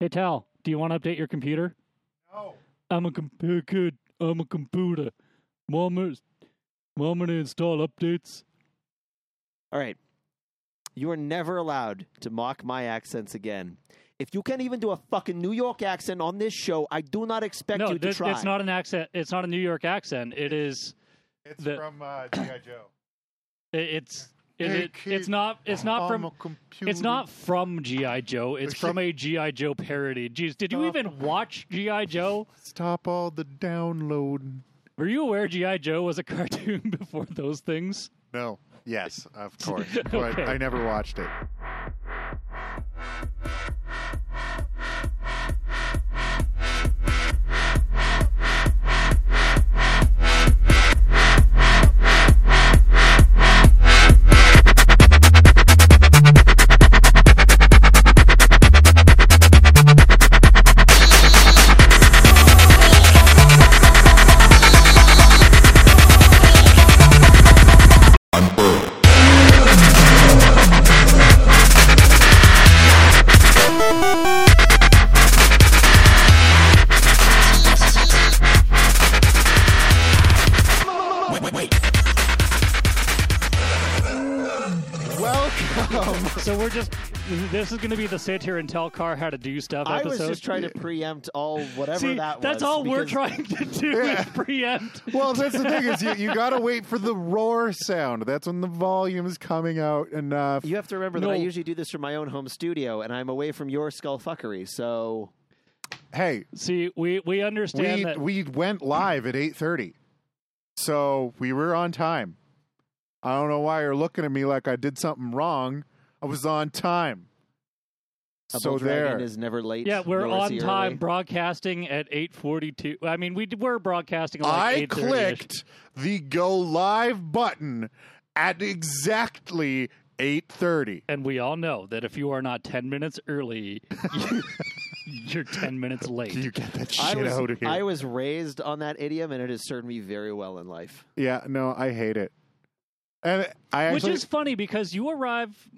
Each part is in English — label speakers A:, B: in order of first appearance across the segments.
A: Hey, Tal, do you want to update your computer?
B: No.
A: I'm a computer kid. I'm a computer. Mama, mama to install updates.
C: All right. You are never allowed to mock my accents again. If you can't even do a fucking New York accent on this show, I do not expect
A: no,
C: you
A: this-
C: to try.
A: it's not an accent. It's not a New York accent. It is.
B: It's
A: The-
B: from uh, G.I. Joe.
A: it- It's. Is
B: Hey,
A: it,
B: kid,
A: it's not. It's not
B: I'm
A: from.
B: a computer.
A: It's not from GI Joe. It's from a GI Joe parody. Jeez, did you
C: Oh.
A: even watch GI Joe?
B: Stop all the downloading.
A: Were you aware GI Joe was a cartoon before those things?
B: No. Yes, of course. But
A: Okay.
B: I never watched it.
C: Welcome.
A: So we're just. This is going to be the sit here and tell Car how to do stuff
C: I
A: episode.
C: was just trying to preempt all whatever
A: See,
C: that was.
A: that's all we're
C: because-
A: trying to do is preempt.
B: Well, that's the thing is you, you got to wait for the roar sound. That's when the volume is coming out enough.
C: You have to remember that I
A: No.
C: usually do this from my own home studio, and I'm away from your skull fuckery. So
B: Hey,
A: See, we we understand
B: we
A: that.
B: we went live at 8:30. So, we were on time. I don't know why you're looking at me like I did something wrong. I was on time.
C: a
B: so
C: bull dragon
B: there.
C: is never late.
A: yeah, we're
C: nor is
A: on
C: he
A: time
C: early.
A: broadcasting at eight forty-two. I mean, we d- were broadcasting. At like
B: I
A: 8:30 -ish.
B: clicked the go live button at exactly 8:30.
A: and we all know that if you are not ten minutes early, you- you're ten minutes late.
B: You get that
C: I
B: shit
C: was,
B: out of here.
C: I was raised on that idiom, and it has served me very well in life.
B: yeah, no, I hate it. And I
A: Which
B: actually
A: is funny because you arrive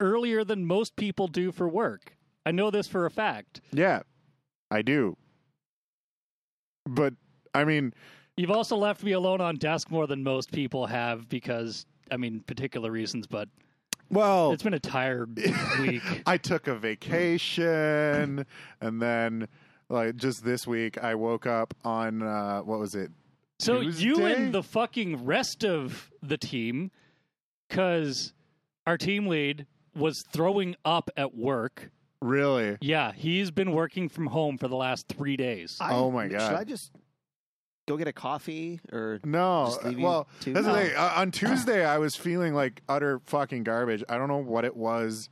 A: earlier than most people do for work. I know this for a fact.
B: yeah, I do. But I mean,
A: You've also left me alone on desk more than most people have because, I mean, particular reasons, but
B: well,
A: it's been a tired week.
B: I took a vacation, and then like just this week, I woke up on uh, what was it?
A: So you
B: Tuesday?
A: and the fucking rest of the team, because our team lead was throwing up at work.
B: Really?
A: Yeah, he's been working from home for the last three days.
C: I-
B: Oh my God.
C: Should I just go get a coffee or
B: No.
C: Just leave you
B: Well,
C: to-
B: that's the
C: Oh.
B: thing. Uh, on Tuesday, I was feeling like utter fucking garbage. I don't know what it was.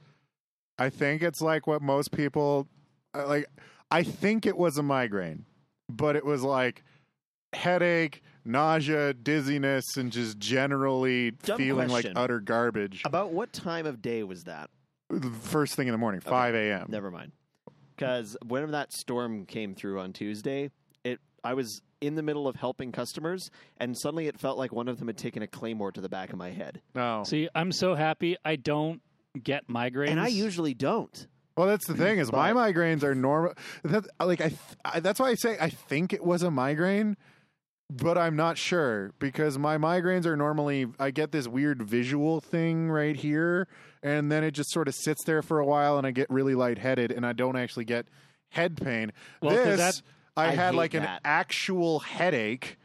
B: I think it's like what most people uh, like. I think it was a migraine, but it was like headache, nausea, dizziness, and just generally
C: Dumb
B: feeling
C: question.
B: like utter garbage.
C: about what time of day was that?
B: First thing in the morning, five a.m.
C: Never mind. Because when that storm came through on Tuesday, it I was in the middle of helping customers, and suddenly it felt like one of them had taken a claymore to the back of my head.
B: No.
A: See, I'm so happy I don't get migraines.
C: And I usually don't.
B: Well, that's the thing is my
C: But-
B: migraines are normal. That, like I, th- I, that's why I say I think it was a migraine, but I'm not sure because my migraines are normally I get this weird visual thing right here, and then it just sort of sits there for a while, and I get really lightheaded, and I don't actually get head pain.
A: Well, 'cause
B: this
A: that-
B: I,
C: I
B: had
C: hate
B: like an
C: that.
B: actual headache.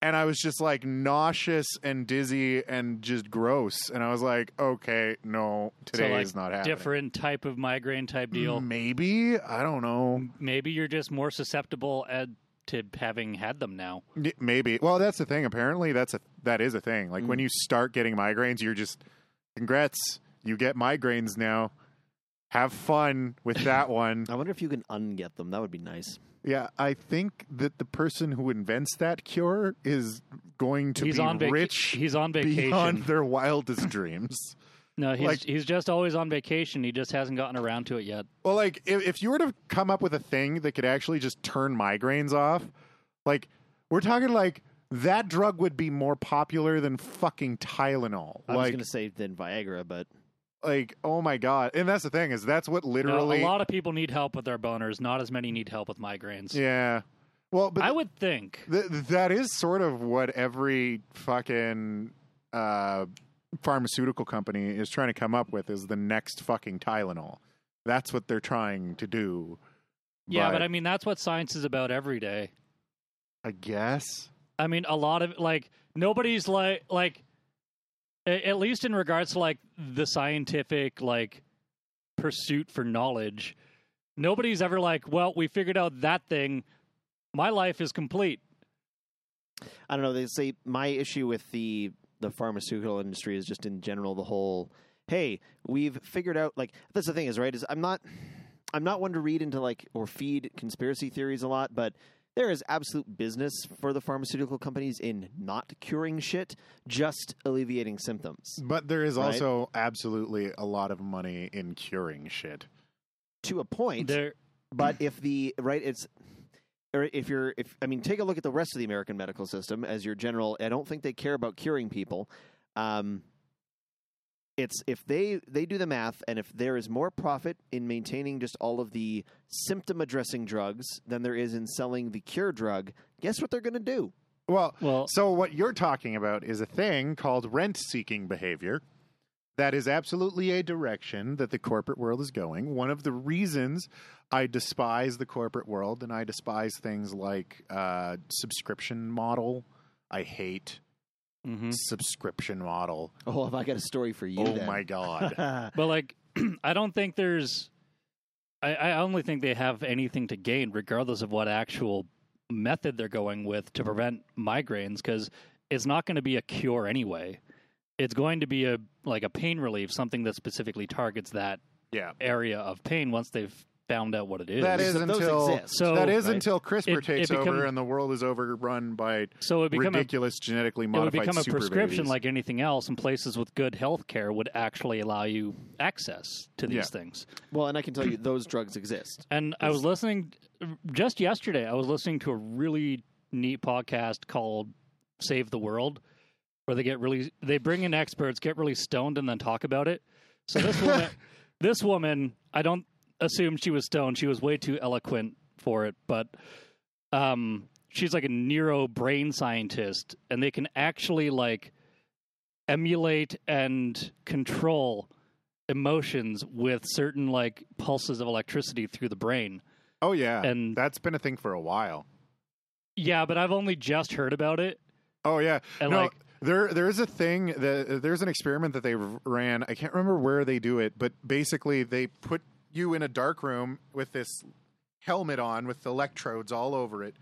B: And I was just like nauseous and dizzy and just gross. And I was like, okay, no, today
A: like,
B: is not happening.
A: different type of migraine type deal.
B: Maybe I don't know.
A: Maybe you're just more susceptible at, to having had them now.
B: Y- Maybe. Well, that's the thing. Apparently, that's a that is a thing. Like
A: Mm.
B: when you start getting migraines, you're just congrats. You get migraines now. Have fun with that one.
C: I wonder if you can unget them. That would be nice.
B: Yeah, I think that the person who invents that cure is going to
A: he's
B: be
A: on vac-
B: rich
A: He's on vacation.
B: beyond their wildest dreams.
A: no, he's
B: like-
A: he's just always on vacation. He just hasn't gotten around to it yet.
B: Well, like if, if you were to come up with a thing that could actually just turn migraines off, like we're talking like that drug would be more popular than fucking Tylenol.
C: I was
B: like
C: going to say then Viagra, but
B: like oh my god and that's the thing is that's what
A: No,
B: literally
A: a lot of people need help with their boners. Not as many need help with migraines.
B: yeah well but
A: I would think.
B: Th- that is sort of what every fucking uh, pharmaceutical company is trying to come up with is the next fucking Tylenol. That's what they're trying to do.
A: Yeah, but I mean, that's what science is about every day.
B: I guess
A: I mean, a lot of like nobody's like like a- at least in regards to like the scientific like pursuit for knowledge, nobody's ever like, well, we figured out that thing. My life is complete.
C: I don't know. They say my issue with the the pharmaceutical industry is just in general the whole. Hey, we've figured out like that's the thing is right is I'm not I'm not one to read into like or feed conspiracy theories a lot, but there is absolute business for the pharmaceutical companies in not curing shit, just alleviating symptoms
B: but there is
C: Right.
B: also absolutely a lot of money in curing shit.
C: to a point.
A: There,
C: but if the right it's or if you're if i mean take a look at the rest of the american medical system as your general i don't think they care about curing people um it's if they they do the math and if there is more profit in maintaining just all of the symptom addressing drugs than there is in selling the cure drug guess what they're going to do
B: Well,
A: well,
B: so what you're talking about is a thing called rent-seeking behavior. That is absolutely a direction that the corporate world is going. One of the reasons I despise the corporate world and I despise things like uh, subscription model. I hate
A: mhm.
B: subscription model.
C: oh have i got a story for you
B: oh
C: then.
B: my god!
A: but like, I don't think there's. I, I only think they have anything to gain, regardless of what actual method they're going with to prevent migraines, because it's not going to be a cure anyway. It's going to be a like a pain relief, something that specifically targets that
B: yeah,
A: area of pain once they've found out what it is.
B: That is
C: Those
B: until-
C: exist.
A: So-
B: that is
C: right.
B: until CRISPR
A: It- it
B: takes over
A: become-
B: and the world is overrun by
A: so it would become a
B: ridiculous genetically
A: it would
B: modified
A: become a
B: super
A: prescription
B: babies.
A: like anything else, and places with good health care would actually allow you access to these
B: Yeah.
A: things.
C: well and i can tell you those drugs exist
A: And I was listening just yesterday. I was listening to a really neat podcast called "Save the World," where they get really they bring in experts, get really stoned, and then talk about it. So this woman, this woman, I don't assume she was stoned. She was way too eloquent for it, but um, she's like a neuro brain scientist, and they can actually like emulate and control emotions with certain like pulses of electricity through the brain.
B: oh yeah,
A: and-
B: that's been a thing for a while.
A: Yeah, but I've only just heard about it.
B: Oh yeah,
A: And
B: no,
A: like
B: there there is a thing that there's an experiment that they ran. I can't remember where they do it, but basically they put you in a dark room with this helmet on with electrodes all over it,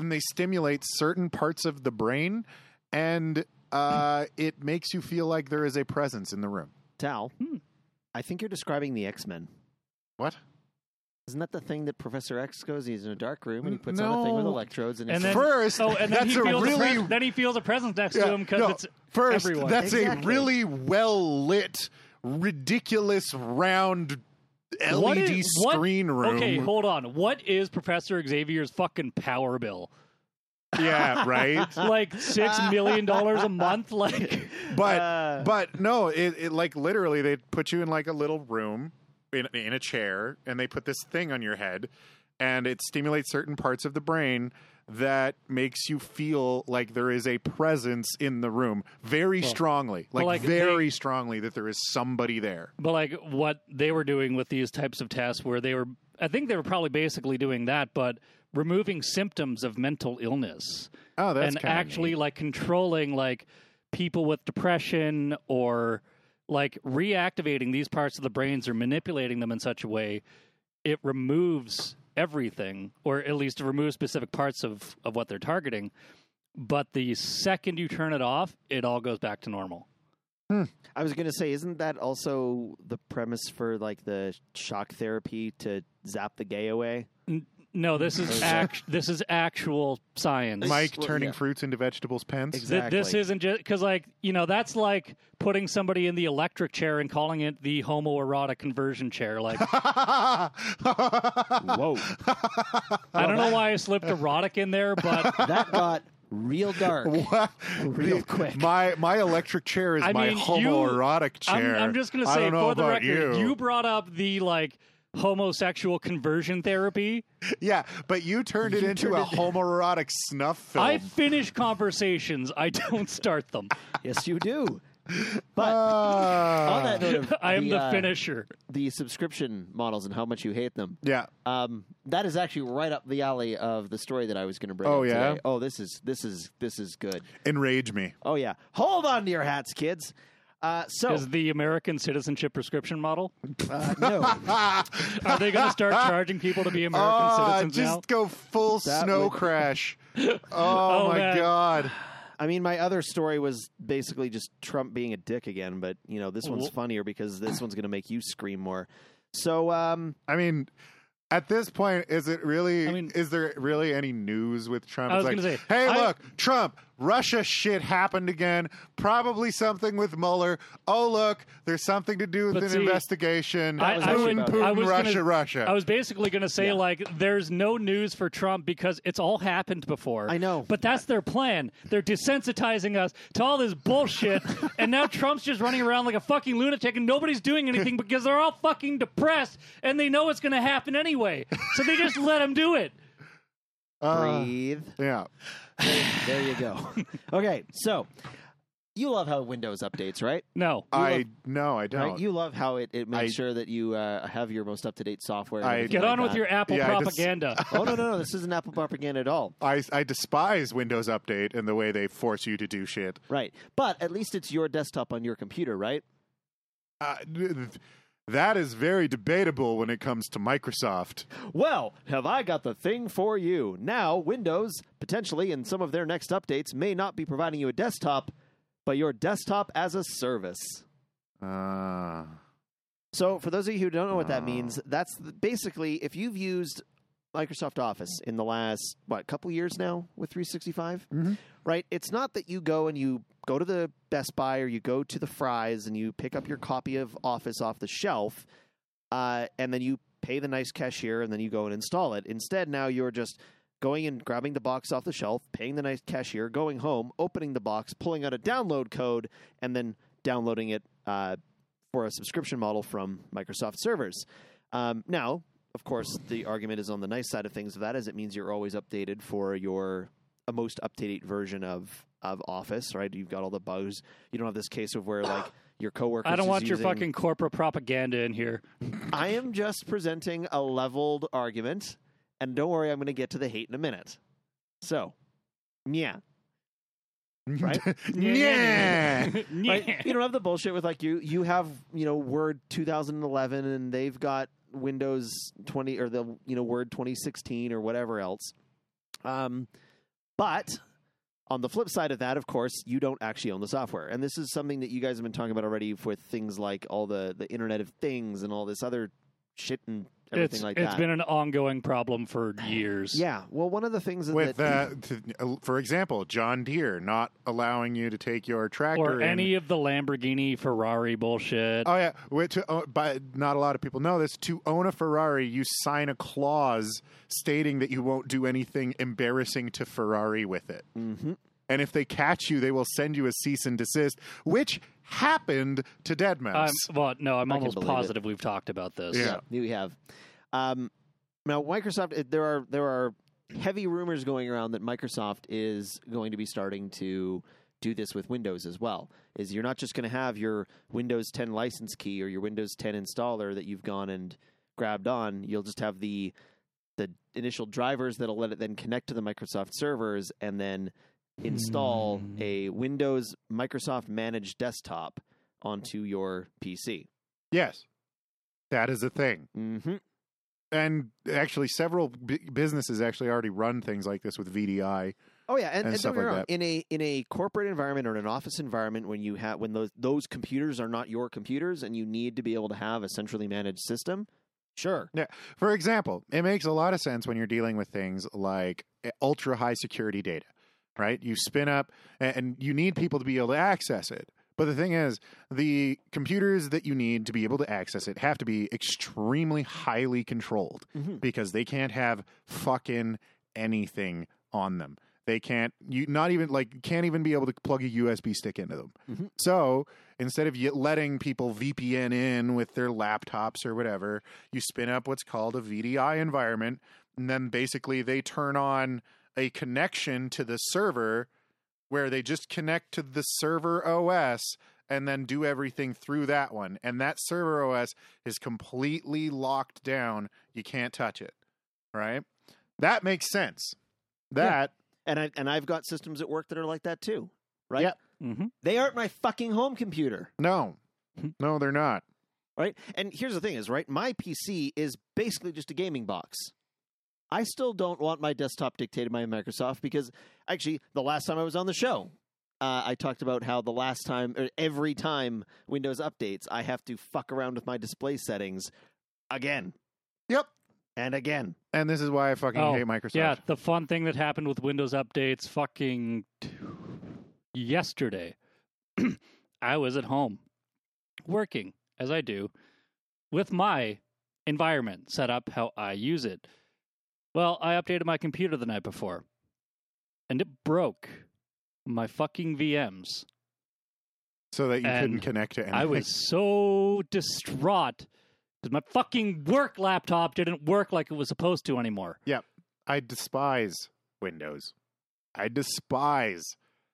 B: and they stimulate certain parts of the brain, and uh, it makes you feel like there is a presence in the room.
C: tal
A: Hmm.
C: i think you're describing the x-men
B: What?
C: Isn't that the thing that Professor X goes? He's in a dark room and
B: N-
C: he puts on a thing with
B: no.
C: electrodes and,
A: And
C: it's-
A: then-
B: First,
A: Oh, and then
B: that's
A: he
B: a
A: feels a
B: really
A: pres- then he feels a presence next
B: Yeah,
A: to him because
B: no.
A: it's
B: First,
A: everyone.
B: that's a
C: Exactly.
B: really well lit, ridiculous round LED
A: What is- what-
B: screen room.
A: Okay, hold on. What is Professor Xavier's fucking power bill?
B: yeah, right.
A: Like six million dollars a month? Like
B: But
C: Uh,
B: but no, it, it like literally they put you in like a little room in in a chair and they put this thing on your head and it stimulates certain parts of the brain that makes you feel like there is a presence in the room very strongly like,
A: Well, like,
B: very strongly that there is somebody there
A: But like what they were doing with these types of tests, where they were, I think they were probably basically doing that, but removing symptoms of mental illness
B: oh that's
A: and actually like controlling like people with depression or like reactivating these parts of the brains or manipulating them in such a way it removes everything or at least removes specific parts of of what they're targeting but the second you turn it off it all goes back to normal
C: I was going to say, isn't that also the premise for like the shock therapy to zap the gay away?
A: no this is act this is actual science
B: Mike
C: Well,
B: turning
C: yeah.
B: fruits into vegetables pence
C: Exactly.
A: Th- this isn't just because, like, you know, that's like putting somebody in the electric chair and calling it the homoerotic conversion chair. Like,
B: whoa Oh.
A: I don't know why I slipped erotic in there, but
D: that got
C: real dark.
B: What?
C: Real quick.
B: My my electric chair is
A: I
B: my
A: mean, you-
B: homoerotic chair.
A: I'm, I'm just gonna
B: I
A: say
B: don't know
A: for the
B: about
A: record,
B: you.
A: brought up the like homosexual conversion therapy.
B: yeah, but you turned it
C: You
B: into
C: turned
B: a
C: it-
B: homoerotic snuff film.
A: I finish conversations. I don't start them.
C: yes, you do. But
B: Ah.
C: on that note, of
A: I am the,
C: uh,
A: finisher.
C: the subscription models and how much you hate them.
B: yeah,
C: Um, that is actually right up the alley of the story that I was going to bring.
B: Oh,
C: up
B: yeah?
C: today. Oh, this is this is this is good.
B: enrage me.
C: Oh yeah. Hold on to your hats, kids. Uh, so
A: Is the American citizenship prescription model?
C: uh, no,
A: Are they going to start charging people to be American
B: Ah,
A: citizens
B: just
A: now?
B: go full
C: That
B: snow
C: would-
B: crash. Oh, my
A: man.
B: god.
C: I mean my other story was basically just Trump being a dick again, but you know this one's
A: Well-
C: funnier because this one's going to make you scream more. So um,
B: I mean, at this point, is it really?
A: I mean-
B: is there really any news with Trump?
A: I
B: It's
A: was
B: like,
A: gonna say,
B: hey,
A: I-
B: look, Trump, Russia shit happened again. Probably something with Mueller. Oh, look, there's something to do with
A: But
B: an
A: see,
B: investigation.
A: I-
C: I
B: Putin,
C: would-
B: Putin,
A: I was gonna-
B: Russia, Russia.
A: I was basically going to say
C: Yeah.
A: like, there's no news for Trump because it's all happened before.
C: I know.
A: but that's their plan. They're desensitizing us to all this bullshit, and now Trump's just running around like a fucking lunatic, and nobody's doing anything because they're all fucking depressed and they know it's going to happen anyway. So they just let him do it.
B: Uh,
C: breathe.
B: yeah.
C: There you go. okay, so you love how Windows updates, right?
A: No,
B: I
C: love-
B: no, I don't.
C: Right? You love how it, it makes
B: I-
C: sure that you uh, have your most up to date software. and
B: I-
C: everything
A: get
C: like
A: on with
C: that.
A: your Apple
B: Yeah, I just-
A: propaganda.
C: oh no no no! This isn't Apple propaganda at all.
B: I I despise Windows Update and the way they force you to do shit.
C: Right, but at least it's your desktop on your computer, right?
B: Uh, that is very debatable when it comes to Microsoft.
C: Well, have I got the thing for you? Now, Windows potentially in some of their next updates may not be providing you a desktop, but your desktop as a service.
B: Uh,
C: So, for those of you who don't know what that
B: Oh.
C: means, that's th- basically if you've used Microsoft Office in the last what couple years now with 365,
B: Mhm.
C: right? It's not that you go and you go to the Best Buy or you go to the Fry's and you pick up your copy of Office off the shelf, uh, and then you pay the nice cashier and then you go and install it. Instead, now you're just going and grabbing the box off the shelf, paying the nice cashier, going home, opening the box, pulling out a download code, and then downloading it uh, for a subscription model from Microsoft servers. Um, now, of course, the argument is on the nice side of things. Of that is, it means you're always updated for your a most up to date version of of Office. Right? You've got all the bugs. You don't have this case of where like your coworkers.
A: I don't
C: is
A: want your
C: using-
A: fucking corporate propaganda in here.
C: I am just presenting a leveled argument, and don't worry, I'm going to get to the hate in a minute. So, yeah, Right?
B: yeah.
A: yeah.
C: Right? you don't have the bullshit with like you. You have you know Word 2011, and they've got Windows 20 or the you know Word 2016 or whatever else. Um, but on the flip side of that, of course, you don't actually own the software, and this is something that you guys have been talking about already with things like all the the Internet of Things and all this other shit and everything
A: It's,
C: like
A: it's
C: that.
A: been an ongoing problem for years.
C: Yeah. Well, one of the things
B: With
C: that
B: uh, t- uh, for example, John Deere not allowing you to take your tractor
A: Or
B: in-
A: any of the Lamborghini Ferrari bullshit.
B: Oh yeah, Wait, to, uh, but not a lot of people know this. To own a Ferrari, you sign a clause stating that you won't do anything embarrassing to Ferrari with it.
C: hmm
B: And if they catch you, they will send you a cease and desist, which happened to Dead
A: I'm,
B: Mouse.
A: well, no, I'm
C: I can
A: almost
C: believe it.
A: positive we've talked about this.
B: Yeah.
C: yeah, we have. Um, now, Microsoft. it- There are there are heavy rumors going around that Microsoft is going to be starting to do this with Windows as well. Is you're not just going to have your Windows 10 license key or your Windows 10 installer that you've gone and grabbed on. You'll just have the the initial drivers that'll let it then connect to the Microsoft servers and then install
A: Hmm.
C: a Windows Microsoft managed desktop onto your PC.
B: yes, that is a thing.
C: Mm-hmm.
B: And actually, several b- businesses actually already run things like this with VDI.
C: Oh yeah, and,
B: and
C: and,
B: stuff
C: don't get me
B: like
C: wrong, in a in a corporate environment or in an office environment, when you have when those those computers are not your computers, and you need to be able to have a centrally managed system, sure,
B: For example, it makes a lot of sense when you're dealing with things like eh, ultra high security data, right? You spin up a- and you need people to be able to access it. But the thing is, the computers that you need to be able to access it have to be extremely highly controlled
C: Mhm.
B: because they can't have fucking anything on them. They can't you not even like can't even be able to plug a USB stick into them.
C: Mhm.
B: So instead of y- letting people VPN in with their laptops or whatever, you spin up what's called a VDI environment, and then basically they turn on a connection to the server where they just connect to the server OS and then do everything through that one. And that server OS is completely locked down. You can't touch it. Right? That makes sense. That
C: and I and I've got systems at work that are like that too. Right?
B: Yep.
A: Mm-hmm.
C: They aren't my fucking home computer.
B: no.
A: Hmm.
B: No, they're not.
C: Right? And here's the thing is, right? My PC is basically just a gaming box. I still don't want my desktop dictated by Microsoft because actually, the last time I was on the show, uh, I talked about how the last time, or every time Windows updates, I have to fuck around with my display settings again.
B: Yep.
C: And again.
B: And this is why I fucking
A: Oh,
B: hate Microsoft.
A: Yeah, the fun thing that happened with Windows updates fucking t- yesterday. I was at home working as I do with my environment set up how I use it. Well, I updated my computer the night before and it broke my fucking VMs.
B: So that you
A: And
B: couldn't connect to anything.
A: I was so distraught because my fucking work laptop didn't work like it was supposed to anymore.
B: I despise Windows. I despise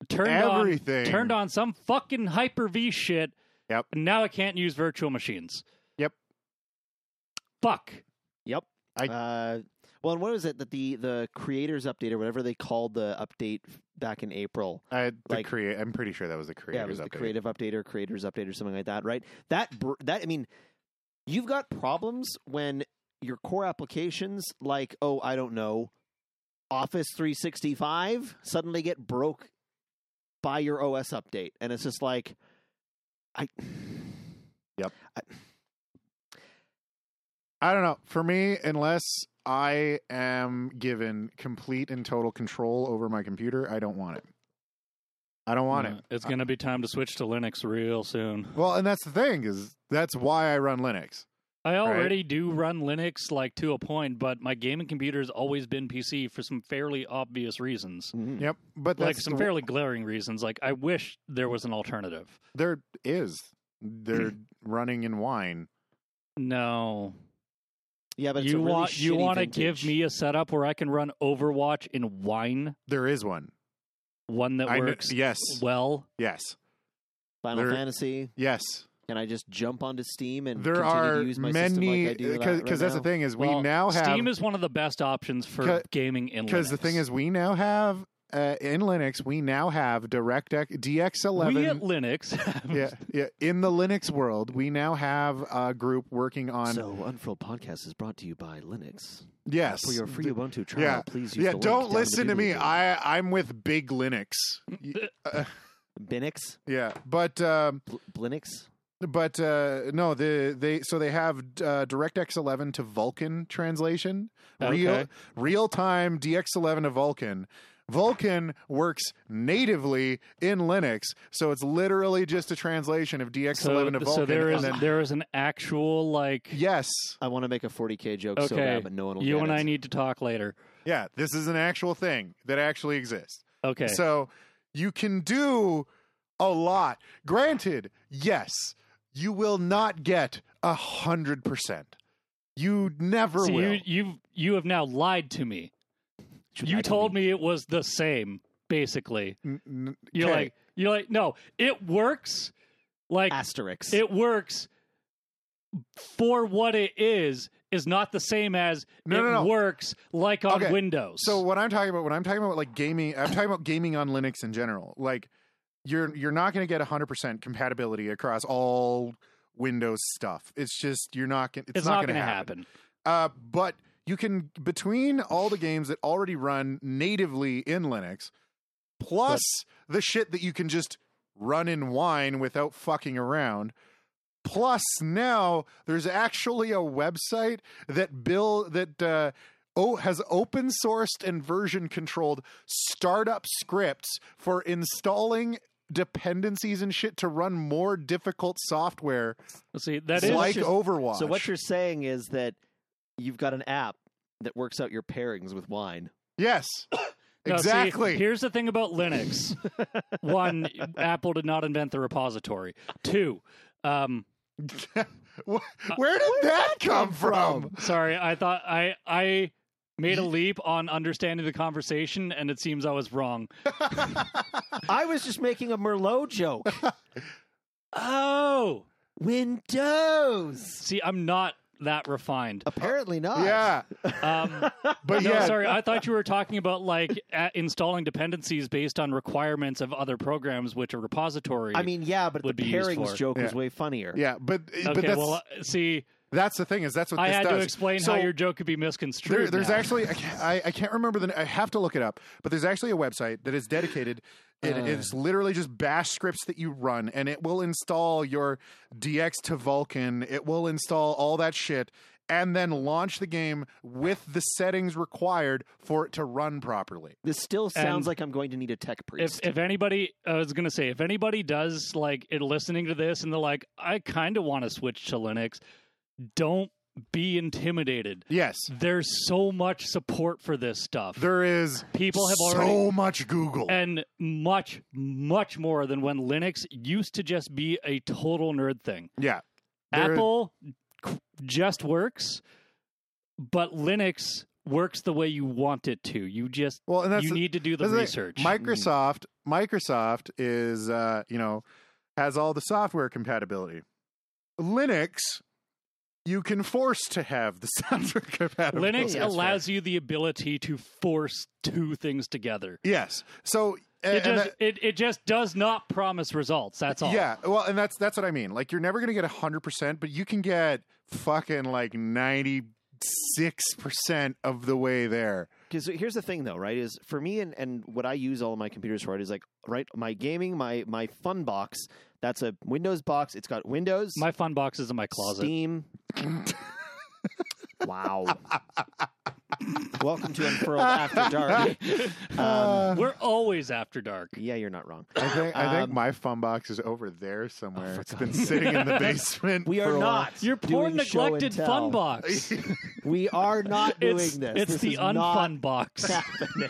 A: Turned on
B: everything.
A: turned on some fucking Hyper V shit.
B: Yep.
A: And now I can't use virtual machines.
B: Yep.
A: Fuck.
B: I-
C: uh, well, and what was it that the, the creators update or whatever they called the update back in April?
B: I, the
C: like-
B: create. I'm pretty sure that was the creators.
C: yeah, it was the
B: update.
C: creative update or creators update or something like that, right? That br- that I mean, you've got problems when your core applications, like oh, I don't know, Office 365, suddenly get broke by your OS update, and it's just like, I,
B: Yep.
C: I,
B: I don't know. For me, unless I am given complete and total control over my computer, I don't want it. I don't want
A: Uh,
B: it.
A: It's gonna be time to switch to Linux real soon.
B: Well, and that's the thing is that's why I run Linux.
A: I already do run Linux like to a point, but my gaming computer's always been PC for some fairly obvious reasons.
C: mhm.
B: Yep. But that's
A: Like some
B: the-
A: fairly glaring reasons. Like I wish there was an alternative.
B: there is they're
A: Hmm.
B: running in wine.
A: No.
C: yeah, but it's
A: you
C: a really
A: want you
C: shitty
A: want to give
C: vintage.
A: me a setup where I can run Overwatch in Wine,
B: There is one.
A: one that
B: I kn-
A: works
B: yes.
A: well.
B: Yes.
C: Final
B: there-
C: Fantasy.
B: Yes.
C: Can I just jump onto Steam and
B: There
C: continue
B: are
C: to use my system
B: many
C: like I do?
B: because
C: right
B: that's the
C: now?
B: thing is we
A: Well,
B: now have
A: Steam is one of the best options for
B: 'Cause-
A: gaming in
B: because
A: Linux.
B: the thing is we now have uh, in Linux we now have DirectX DX11
A: we at Linux. have-
B: yeah, yeah. In the Linux world, we now have a group working on.
C: So, Unfurled Podcast is brought to you by Linux.
B: yes.
C: For your free Ubuntu trial,
B: yeah.
C: please use
B: yeah.
C: the link down
B: Don't
C: in the
B: listen to me.
C: doobly-doo.
B: I I'm with Big Linux. Y- uh,
C: Binix,
B: yeah, but um,
C: Bl- Blinix.
B: but uh, no, the they so they have uh, DirectX 11 to Vulkan translation. Real
A: Okay.
B: real time DX11 to Vulkan. Vulkan works natively in Linux, so it's literally just a translation of DX11
A: so,
B: to Vulkan.
A: so there is
B: and then-
A: there is an actual like
B: yes,
C: I want to make a 40k joke so
A: Okay,
C: bad, but no one will
A: you
C: get
A: and
C: it.
A: I need to talk later.
B: Yeah, this is an actual thing that actually exists.
A: Okay.
B: So you can do a lot. Granted, yes, you will not get a hundred percent. You never
A: See,
B: will.
A: you you you have now lied to me. You told me it was the same basically.
B: N- n-
A: You're
B: okay.
A: like you're like no, it works like
C: Asterix.
A: it works for what it is is not the same as
B: No,
A: it
B: no, no.
A: works like on
B: Okay,
A: Windows.
B: So what I'm talking about, when I'm talking about like gaming, I'm talking about gaming on Linux in general. Like you're you're not going to get 100% compatibility across all Windows stuff. It's just you're not going. It's,
A: it's, not,
B: going to
A: gonna happen.
B: Uh, but you can between all the games that already run natively in Linux, plus the shit that you can just run in Wine without fucking around. Plus, now there's actually a website that Bill that uh, oh has open sourced and version controlled startup scripts for installing dependencies and shit to run more difficult software
A: See, that is
C: So
B: like
C: just-
B: Overwatch.
C: So what you're saying is that you've got an app that works out your pairings with wine.
B: yes.
A: No, see,
B: exactly.
A: here's the thing about Linux. One, Apple did not invent the repository. Two, um,
B: Wh- Where did that come from?
A: sorry, I thought I I made a leap on understanding the conversation, and it seems I was wrong.
C: I was just making a Merlot joke.
A: Oh,
C: Windows.
A: see, I'm not that refined.
C: Apparently not.
B: Yeah,
A: Um,
B: but
A: no,
B: yeah,
A: sorry, I thought you were talking about like a installing dependencies based on requirements of other programs, which a repository.
C: I mean, yeah, but the
A: Would be used
C: pairings
A: for.
C: joke was
B: Yeah.
C: way funnier.
B: yeah. But but
A: okay,
B: that's
A: well, uh, see,
B: that's the thing is that's what
A: I
B: this
A: had
B: does.
A: to explain
B: so
A: how your joke could be
B: there,
A: misconstrued.
B: there's
A: now.
B: actually I can't, I, I can't remember the n- I have to look it up, but there's actually a website that is dedicated. It,
C: Uh.
B: It's literally just Bash scripts that you run, and it will install your DX to Vulkan. It will install all that shit, and then launch the game with the settings required for it to run properly.
C: This still sounds
A: And-
C: like I'm going to need a tech
A: if
C: priest.
A: if anybody I was gonna say if anybody does like it listening to this and they're like I kind of want to switch to Linux, don't be intimidated.
B: Yes,
A: There's so much support for this stuff.
B: there is
A: People have
B: so
A: already
B: much Google.
A: and much much more than when Linux used to just be a total nerd thing.
B: yeah, There-
A: Apple c- just works, but Linux works the way you want it to. You just
B: Well, and that's
A: you
B: the-
A: need to do the
B: That's the thing.
A: research.
B: Microsoft, Microsoft is uh, you know has all the software compatibility. Linux, you can force to have the software compatibility.
A: Linux
C: Yeah, that's
A: allows you the ability to force two things together.
B: yes. So uh,
A: It
B: and
A: does.
B: that-
A: it, it just does not promise results. That's all.
B: yeah, well, and that's that's what I mean. Like you're never gonna get hundred percent, but you can get fucking like ninety six percent of the way there.
C: Because here's the thing, though, right? Is for me and, and what I use all of my computers for it is like, right? My gaming, my my fun box. That's a Windows box. It's got Windows,
A: My fun box is in my closet.
C: Steam. wow. Welcome to Unfurled After Dark. Um,
A: We're always after dark.
C: yeah, you're not wrong.
B: I think I think
C: Um,
B: my fun box is over there somewhere.
C: for
B: it's been
C: God's sake.
B: sitting in the basement.
C: We
B: for
C: are
B: a while.
C: not.
A: Your poor
C: doing show and
A: neglected
C: tell.
A: fun box.
C: We are not doing
A: it's
C: this.
A: it's
C: This
A: the
C: is
A: unfun
C: not
A: box.
C: happening.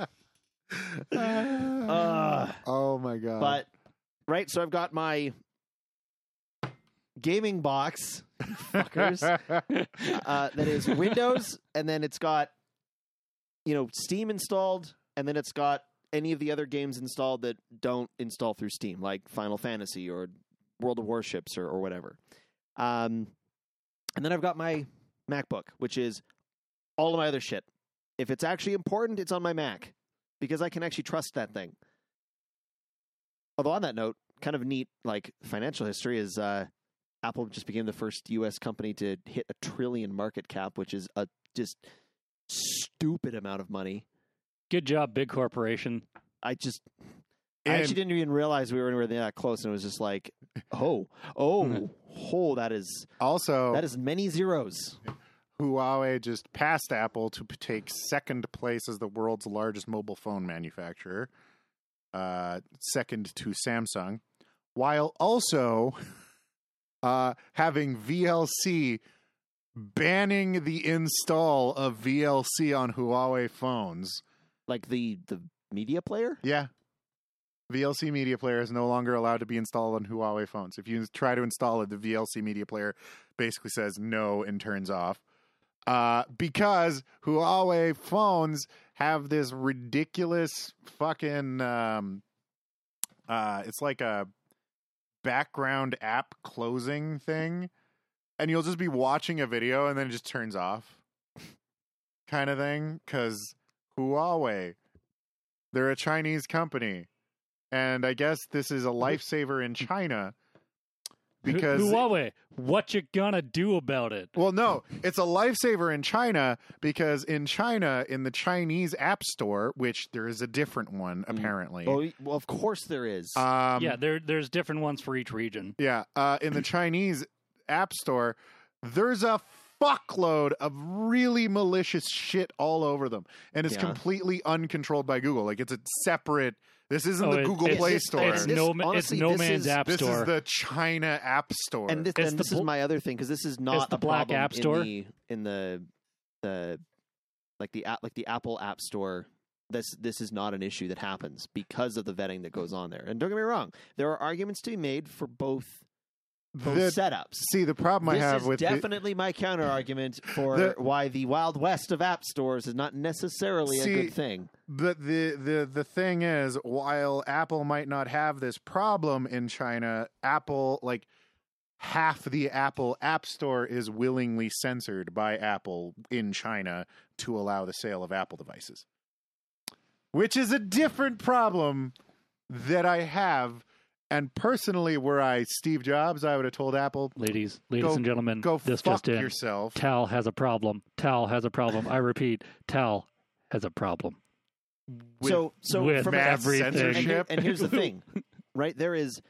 B: Uh,
C: Ugh.
B: oh my god!
C: but right, so I've got my gaming box, fuckers. uh, that is Windows, and then it's got you know Steam installed, and then it's got any of the other games installed that don't install through Steam, like Final Fantasy or World of Warships or, or whatever. Um, and then I've got my MacBook, which is all of my other shit. If it's actually important, it's on my Mac because I can actually trust that thing. Although on that note, kind of neat like financial history is uh, Apple just became the first U.S. company to hit a trillion market cap, which is a just stupid amount of money.
A: Good job, big corporation.
C: I just I
B: And-
C: actually didn't even realize we were anywhere that close, and it was just like, oh, oh, oh, that is
B: Also,
C: that is many zeros.
B: Huawei just passed Apple to p- take second place as the world's largest mobile phone manufacturer, uh, second to Samsung, while also uh, having VLC banning the install of VLC on Huawei phones.
C: Like the the media player.
B: Yeah. VLC media player is no longer allowed to be installed on Huawei phones. If you try to install it, the VLC media player basically says no and turns off. Uh, because Huawei phones have this ridiculous fucking um uh it's like a background app closing thing and you'll just be watching a video and then it just turns off kind of thing cuz Huawei they're a Chinese company and I guess this is a lifesaver in China
A: Hu-
B: because
A: Huawei, what you gonna do about it?
B: well, no, it's a lifesaver in China because in China, in the Chinese App Store, which there is a different one apparently.
C: Oh, well, of course there is.
B: Um,
A: yeah, there there's different ones for each region.
B: yeah. Uh, in the Chinese App Store, there's a fuckload of really malicious shit all over them, and it's
C: Yeah.
B: completely uncontrolled by Google. Like it's a separate. This isn't
A: Oh,
B: the
A: it-
B: Google
A: it's-
B: Play
C: it's-
B: Store.
A: It's
C: This-
A: no, ma-
C: honestly,
A: it's no
C: this
A: man's
C: is-
A: app
B: this
A: store.
B: is the China App Store.
C: and this,
A: It's
C: and
A: the
C: this is
A: bl-
C: my other thing because this is not
A: the
C: a
A: Black
C: problem
A: App Store.
C: in the in the, the like the app like the Apple App Store this this is not an issue that happens because of the vetting that goes on there. And don't get me wrong, there are arguments to be made for both both
B: The-
C: setups.
B: See, the problem
C: this
B: I have
C: is
B: with the-
C: definitely my counter argument for
B: The-
C: why the wild west of app stores is not necessarily
B: See,
C: a good thing.
B: But the, the the thing is, while Apple might not have this problem in China, Apple like half the Apple App Store is willingly censored by Apple in China to allow the sale of Apple devices. Which is a different problem that I have. And personally, were I Steve Jobs, I would have told Apple,
A: Ladies, ladies
B: Go-
A: and gentlemen,
B: go
A: this
B: fuck
A: just in.
B: yourself.
A: Tal has a problem. Tal has a problem. I repeat, Tal has a problem.
B: with
C: so so
A: with
C: from a-
B: mass
A: everything.
C: and,
B: censorship.
C: here- and here's the thing, right? There is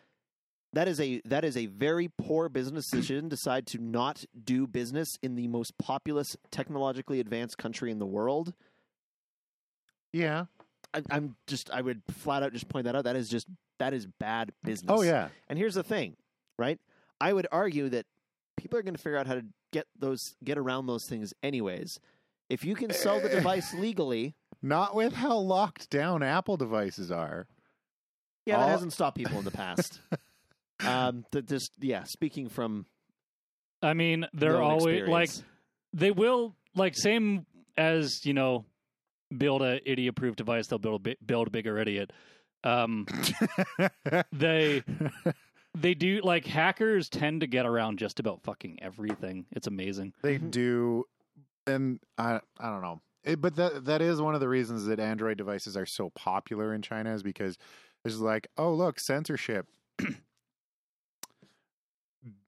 C: that is a that is a very poor business decision. Decide to not do business in the most populous, technologically advanced country in the world.
B: yeah.
C: I, I'm just I would flat out just point that out. That is just that is bad business.
B: Oh, yeah.
C: And here's the thing, right? I would argue that people are going to figure out how to get those get around those things anyways. If you can sell the device legally,
B: Not with how locked down Apple devices are.
C: yeah,
B: All-
C: that hasn't stopped people in the past. um, th- just yeah, speaking from
A: I mean, they're
C: known
A: always like
C: experience.
A: they will like same as you know build a idiot proof device they'll build a bi- build a bigger idiot um they they do like hackers tend to get around just about fucking everything it's amazing
B: They do, and I I don't know, it, but that that is one of the reasons that Android devices are so popular in China is because it's like, oh look, censorship.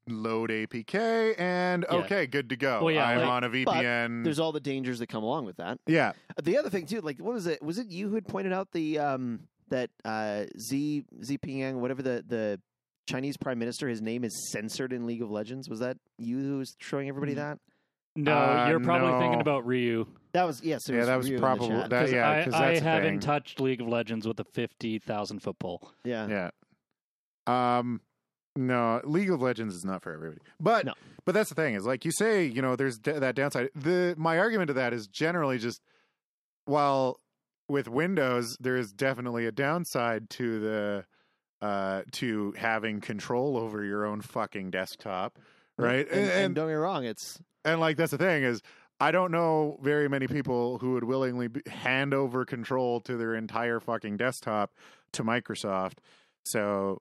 B: Load APK and
A: Yeah.
B: okay, good to go.
A: Well, yeah,
B: I'm
A: like-
B: on a VPN.
C: there's all the dangers that come along with that.
B: yeah,
C: Mm. The other thing too, like what was it? Was it you who had pointed out the um that uh Z Z Pingyang, whatever the the Chinese prime minister, his name is censored in League of Legends. Was that you who was showing everybody that?
A: no
B: Uh,
A: you're probably thinking
B: no.
A: about ryu
C: That was yes. It
B: Yeah,
C: was
B: that was
C: Ryu in the
B: probably-
C: chat.
B: that-
A: because
B: yeah,
A: i,
B: 'cause
A: I
B: that's a
A: haven't
B: thing. Uh,
A: touched league of legends with a 50000 foot poll
C: yeah.
B: yeah. Um, no, League of Legends is not for everybody, but
C: No.
B: but that's the thing is like you say, you know, there's d- that downside. The my argument to that is generally just while with Windows there is definitely a downside to the uh to having control over your own fucking desktop, right?
C: Mm, And, and don't get me wrong, it's
B: and like that's the thing is I don't know very many people who would willingly b- hand over control to their entire fucking desktop to Microsoft. So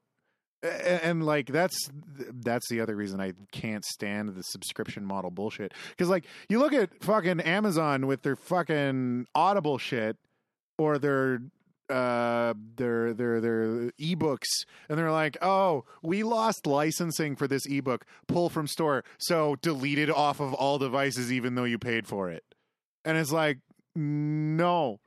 B: a- a- and like that's that's the other reason I can't stand the subscription model bullshit cuz like you look at fucking Amazon with their fucking Audible shit or their uh their their their ebooks and they're like oh we lost licensing for this ebook pull from store so deleted off of all devices even though you paid for it and it's like no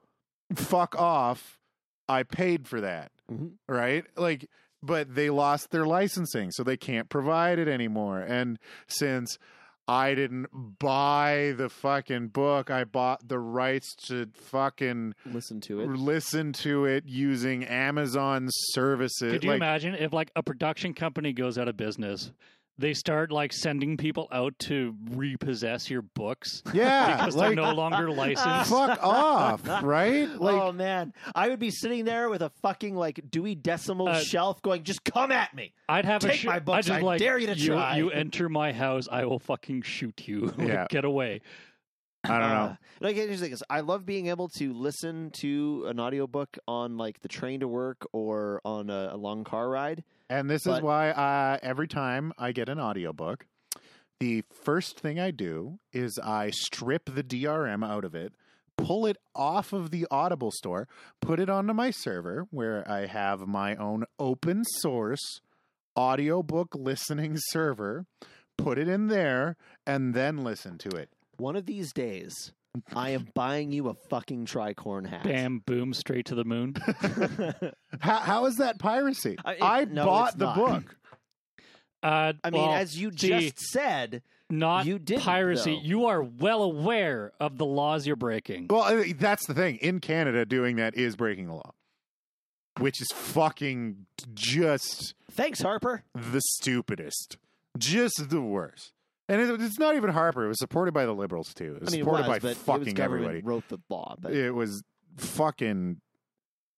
B: fuck off i paid for that
C: Mhm.
B: right like but they lost their licensing so they can't provide it anymore and since i didn't buy the fucking book i bought the rights to fucking
C: listen to it.
B: listen to it using Amazon services.
A: Could you
B: like,
A: imagine if like a production company goes out of business, they start like sending people out to repossess your books
B: Yeah,
A: because
B: like
A: they're no longer licensed.
B: fuck off, right? Like,
C: oh man, I would be sitting there with a fucking like Dewey Decimal
A: Uh,
C: shelf, going, "Just come at me."
A: I'd have a
C: Take
A: sh-
C: my books,
A: I'd just
C: I
A: like,
C: dare you to try."
A: You enter my house, I will fucking shoot you. Like,
B: Yeah.
A: Get away.
B: I don't
C: Uh,
B: know.
C: like here's the thing is I love being able to listen to an audiobook on like the train to work or on a, a long car ride.
B: And this is
C: but-
B: why uh, every time I get an audiobook, the first thing I do is I strip the DRM out of it, pull it off of the Audible store, put it onto my server where I have my own open source audiobook listening server, put it in there, and then listen to it.
C: One of these days, I am buying you a fucking tricorn hat.
A: Bam, boom, straight to the moon.
B: How, how is that piracy?
C: Uh,
B: I,
C: it- no, it's
B: bought the
C: not.
B: book.
A: Uh,
C: I mean,
A: well,
C: as you
A: see,
C: just said,
A: not
C: you didn't,
A: piracy.
C: though.
A: You are well aware of the laws you're breaking.
B: Well, I- that's the thing. In Canada, doing that is breaking the law, which is fucking just
C: thanks, Harper.
B: the stupidest, just the worst. And it, it's not even Harper. It was supported by the liberals too. It was
C: I mean, it
B: supported
C: was,
B: by
C: but it was
B: fucking
C: government
B: everybody.
C: wrote the law. But
B: It was fucking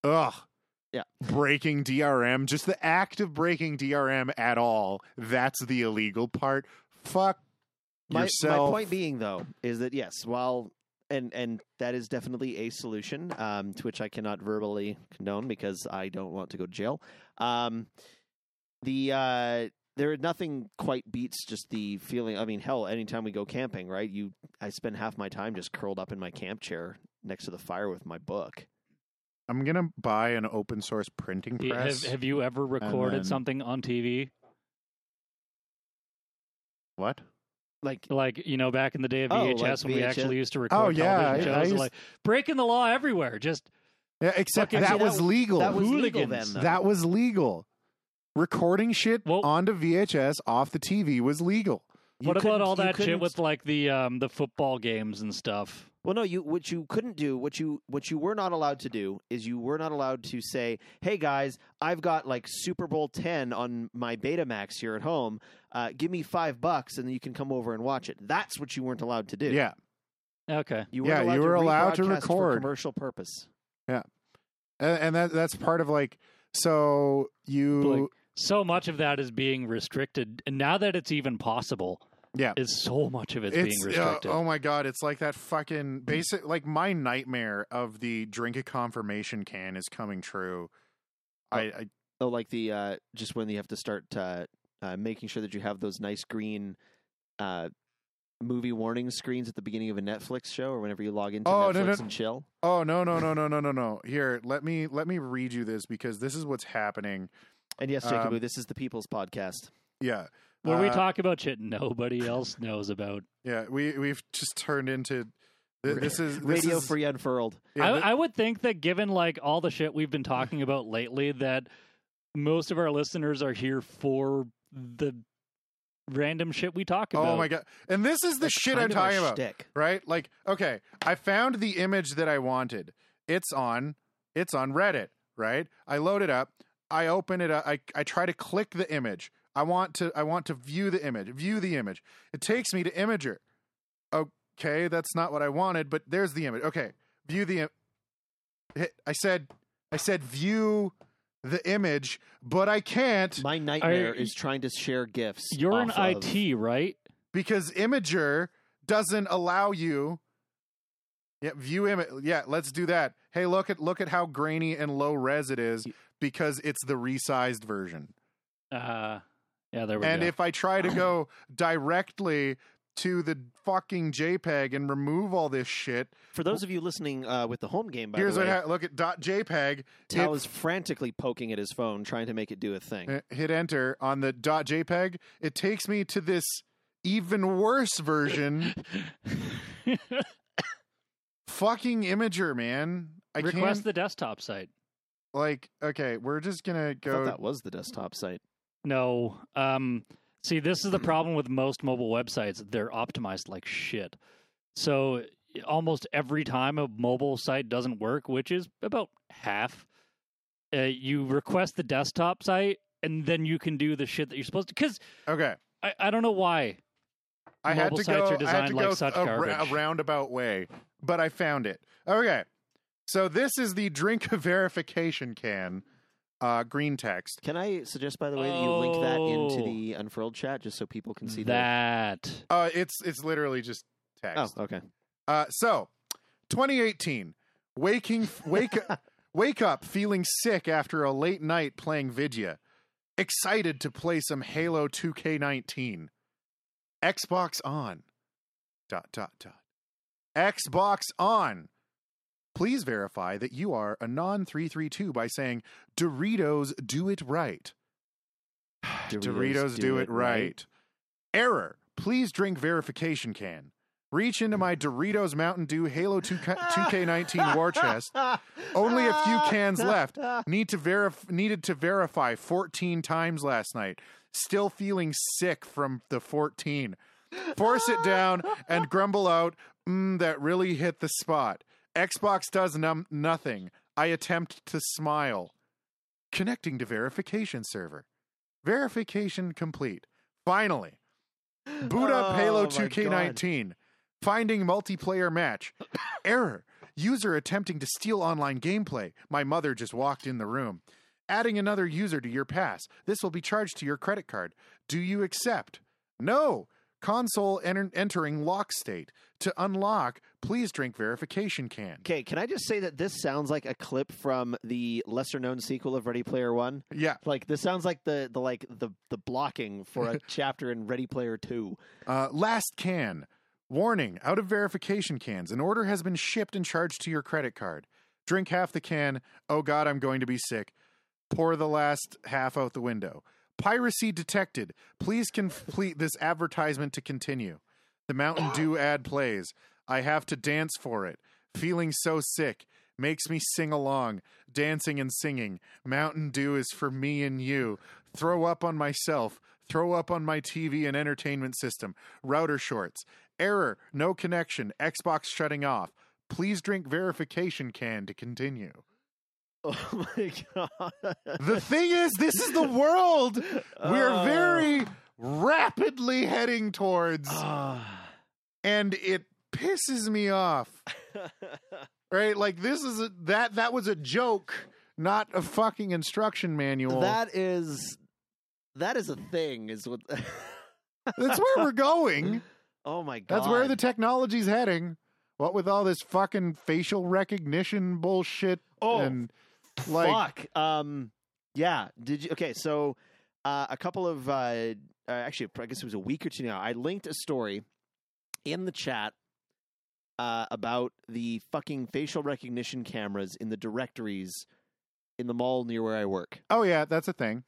B: ugh.
C: Yeah.
B: Breaking DRM, just the act of breaking DRM at all, that's the illegal part. Fuck
C: my,
B: yourself.
C: my point being though is that yes while and and that is definitely a solution um, to which i cannot verbally condone because i don't want to go to jail um, the uh, there nothing quite beats just the feeling i mean hell anytime we go camping right you i spend half my time just curled up in my camp chair next to the fire with my book
B: I'm gonna buy an open source printing
A: Y-
B: press.
A: Have, have you ever recorded
B: then-
A: something on TV?
B: what?
C: like
A: Like, you know, back in the day of
C: Oh, like
A: VHS when we
C: VHS?
A: actually used to record
B: Oh, yeah,
A: television
B: yeah, I
A: shows,
B: used-
A: like breaking the law everywhere. Just
B: Yeah, except
A: Fucking-
B: that,
C: Actually, that
B: was
C: w-
B: legal.
C: that was legal then
A: Hooligans.
C: though.
B: That was legal. Recording shit
A: Well-
B: onto VHS off the TV was legal.
C: You
A: what about
C: couldn't-
A: all
C: you
A: that shit
C: couldn't-
A: with like the um the football games and stuff?
C: Well, no, you what you couldn't do, what you what you were not allowed to do is you were not allowed to say, "Hey guys, I've got like Super Bowl ten on my Betamax here at home. Uh, give me five bucks, and then you can come over and watch it." That's what you weren't allowed to do.
B: Yeah,
A: Okay.
C: you weren't
B: Yeah, you were allowed to
C: rebroadcast for
B: record.
C: commercial purpose.
B: and, and that that's part of like so you
A: But, like, so much of that is being restricted. And now that it's even possible,
B: Yeah.
A: is so much of it's, being
B: uh,
A: restricted.
B: oh my god, it's like that fucking basic like my nightmare of the drink a confirmation can is coming true. I, I
C: Oh, like the uh, just when you have to start uh, uh, making sure that you have those nice green. Uh, Movie warning screens at the beginning of a Netflix show, or whenever you log into
B: Oh,
C: Netflix
B: no, no.
C: and chill.
B: oh no no no no no no no. Here, let me let me read you this because this is what's happening.
C: And yes, Jacobu,
B: Um,
C: this is the People's Podcast.
B: Yeah.
A: Where we
B: uh,
A: talk about shit nobody else knows about.
B: Yeah, we we've just turned into th- this is this
C: Radio
B: is,
C: Free Unfurled.
B: yeah,
A: I,
B: th-
A: I would think that given like all the shit we've been talking about lately, that most of our listeners are here for the random shit we talk about.
B: Oh my god. And this is the
C: That's
B: shit
C: kind
B: I'm
C: of our
B: talking about.
C: shtick.
B: right? Like, okay, I found the image that I wanted. It's on it's on Reddit, right? I load it up, I open it up, I, I try to click the image. I want to I want to view the image, view the image. It takes me to imager. Okay, that's not what I wanted, but there's the image. Okay, view the im- hit I said I said view the image, but I can't
C: My nightmare
A: Are-
C: is trying to share gifts.
A: You're an
C: off of-
A: IT, right?
B: because Imager doesn't allow you. Yeah, view image. Yeah, let's do that. Hey, look at look at how grainy and low res it is because it's the resized version.
A: Uh, yeah, there we
B: And
A: go.
B: if I try to go directly to the fucking JPEG and remove all this shit,
C: For those of you listening uh, with the home game, by
B: here's
C: the
B: what
C: way,
B: ha- look at dot JPEG.
C: Tal
B: Hit,
C: is frantically poking at his phone, trying to make it do a thing.
B: eh, hit enter on the dot JPEG. It takes me to this even worse version. fucking Imager, man. I can't.
A: Request the desktop site.
B: like okay we're just gonna
C: I thought
B: go
C: that was the desktop site.
A: No. Um, see, this is the problem with most mobile websites. They're optimized like shit. So almost every time a mobile site doesn't work, which is about half, uh, you request the desktop site and then you can do the shit that you're supposed to. Because
B: okay
A: I, I don't know why.
B: i had
A: Mobile
B: to
A: sites
B: go
A: are
B: i had
A: designed
B: to
A: like
B: go
A: such
B: a, ra- a
A: garbage.
B: roundabout way but i found it okay so this is the drink verification can uh green text
C: Can I suggest, by the way, that you link that into
A: Oh.
C: the unfurled chat just so people can see
A: that.
B: uh it's it's literally just
C: the-
B: text
C: Oh, okay.
B: uh so 2018 waking wake wake up feeling sick after a late night playing vidya excited to play some halo 2k19 Xbox on. Dot dot dot. Xbox on. Please verify that you are a non 332 by saying Doritos do it right. Doritos, do, it, right. Error. Please drink verification can. Reach into my Doritos Mountain Dew Halo 2 2K19 war chest. Only a few cans left. Need to verif- needed to verify 14 times last night. Still feeling sick from the 14. Force it down and grumble out, mm, that really hit the spot. Xbox does num- nothing. I attempt to smile. Connecting to verification server. Verification complete. Finally. Boot up
C: Oh,
B: Halo
C: my God.
B: 2K19. Finding multiplayer match. Error. User attempting to steal online gameplay. My mother just walked in the room. Adding another user to your pass. This will be charged to your credit card. Do you accept? No. Console enter- entering lock state. To unlock, please drink verification can.
C: Okay, can I just say that this sounds like a clip from the lesser known sequel of Ready Player One?
B: Yeah.
C: Like this sounds like the the like the the blocking for a chapter in Ready Player Two.
B: Uh, last can. Warning out of verification cans. An order has been shipped and charged to your credit card. Drink half the can. Oh God, I'm going to be sick. Pour the last half out the window. Piracy detected. Please complete this advertisement to continue. The Mountain Dew ad plays. I have to dance for it. Feeling so sick. Makes me sing along. Dancing and singing. Mountain Dew is for me and you. Throw up on myself. Throw up on my TV and entertainment system. Router shorts. Error. No connection. Xbox shutting off. Please drink verification can to continue.
C: Oh my god.
B: The thing is, this is the world we're
C: Oh.
B: very rapidly heading towards,
C: Ah.
B: and it pisses me off. Right? Like this is a, that that was a joke, not a fucking instruction manual.
C: that is that is a thing is what
B: That's where we're going.
C: Oh my god.
B: That's where the technology's heading. What with all this fucking facial recognition bullshit
C: Oh,
B: and like
C: fuck. Um, yeah. Did you? Okay. So uh, a couple of uh, uh, actually, I guess it was a week or two now. I linked a story in the chat uh, about the fucking facial recognition cameras in the directories in the mall near where I work.
B: oh yeah, that's a thing.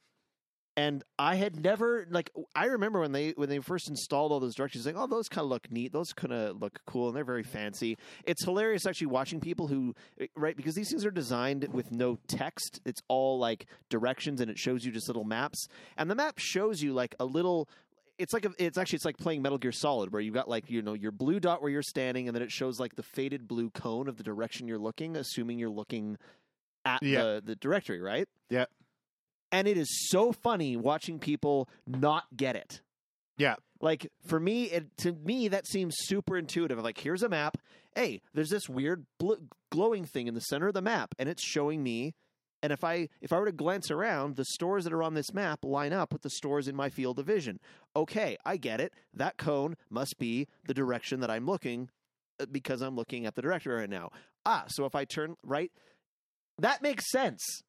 C: And I had never like I remember when they when they first installed all those directories, like oh those kind of look neat, those kind of look cool, and they're very fancy. It's hilarious actually watching people who right because these things are designed with no text. It's all like directions, and it shows you just little maps, and the map shows you like a little. It's like a, it's actually it's like playing Metal Gear Solid where you've got like you know your blue dot where you're standing, and then it shows like the faded blue cone of the direction you're looking, assuming you're looking at
B: Yeah.
C: the the directory, right?
B: Yeah.
C: And it is so funny watching people not get it.
B: Yeah.
C: Like for me, it, to me that seems super intuitive. Like here's a map. Hey, there's this weird bl- glowing thing in the center of the map, and it's showing me. And if I if I were to glance around, the stores that are on this map line up with the stores in my field of vision. Okay, I get it. That cone must be the direction that I'm looking uh, because I'm looking at the directory right now. Ah, so if I turn right, that makes sense.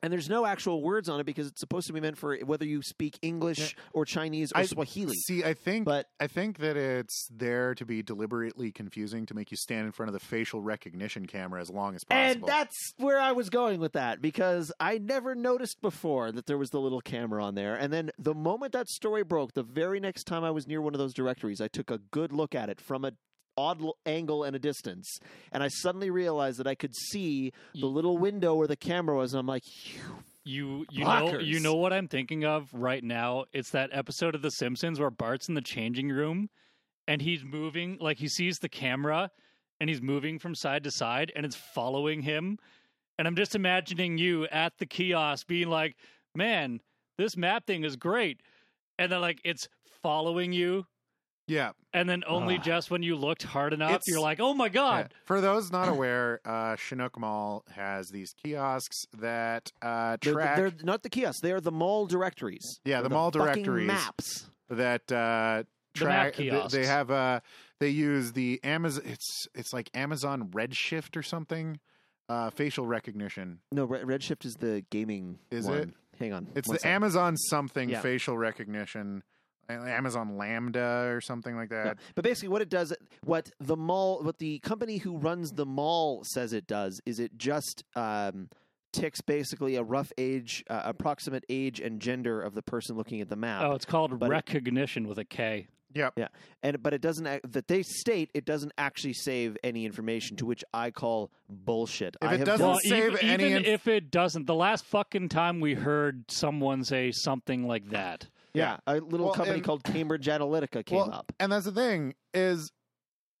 C: And there's no actual words on it because it's supposed to be meant for whether you speak English or Chinese or
B: I-
C: Swahili.
B: See, I think
C: But
B: I think that it's there to be deliberately confusing to make you stand in front of the facial recognition camera as long as
C: and
B: possible.
C: that's where I was going with that because I never noticed before that there was the little camera on there. And then the moment that story broke, the very next time I was near one of those directories, I took a good look at it from a odd l- angle and a distance, and I suddenly realized that I could see the
A: Ye-
C: little window where the camera was. And I'm like,
A: You you know
C: Blockers.
A: you know what I'm thinking of right now? It's that episode of The Simpsons where Bart's in the changing room and he's moving like he sees the camera and he's moving from side to side and it's following him. And I'm just imagining you at the kiosk being like, "Man, this map thing is great." And then like it's following you
B: yeah.
A: and then only
C: Ugh.
A: just when you looked hard enough
B: It's-
A: you're like, "Oh my god."
B: Yeah. For those not aware, uh, Chinook Mall has these kiosks that uh,
C: they're,
B: track
C: they're not the kiosks; they are the mall directories.
B: Yeah,
C: They're
B: the mall
C: fucking
B: directories.
C: maps.
B: that uh,
A: The map
B: track. th- they
A: kiosks.
B: have uh, they use the Amazon. It's it's like Amazon Redshift or something. Uh, facial recognition.
C: No, Red- Redshift is the gaming.
B: Is
C: one.
B: it?
C: Hang on.
B: It's
C: one
B: the
C: second.
B: Amazon something
C: Yeah.
B: facial recognition. uh, Amazon Lambda or something like that.
C: But basically, what it does, what the mall, what the company who runs the mall says it does, is it just um, ticks basically a rough age, uh, approximate age and gender of the person looking at the map.
A: Oh, it's called
C: But it-
A: recognition with a K.
B: Yep.
C: And but it doesn't ac- that they state it doesn't actually save any information, to which I call bullshit.
B: If
C: I
B: it
C: have
B: doesn't
C: done-
A: Well,
B: save
A: even,
B: any
A: even
B: inf-
A: if it doesn't, the last fucking time we heard someone say something like that,
C: yeah, a little
B: Well,
C: company
B: and-
C: called Cambridge Analytica came
B: Well,
C: up.
B: And that's the thing is,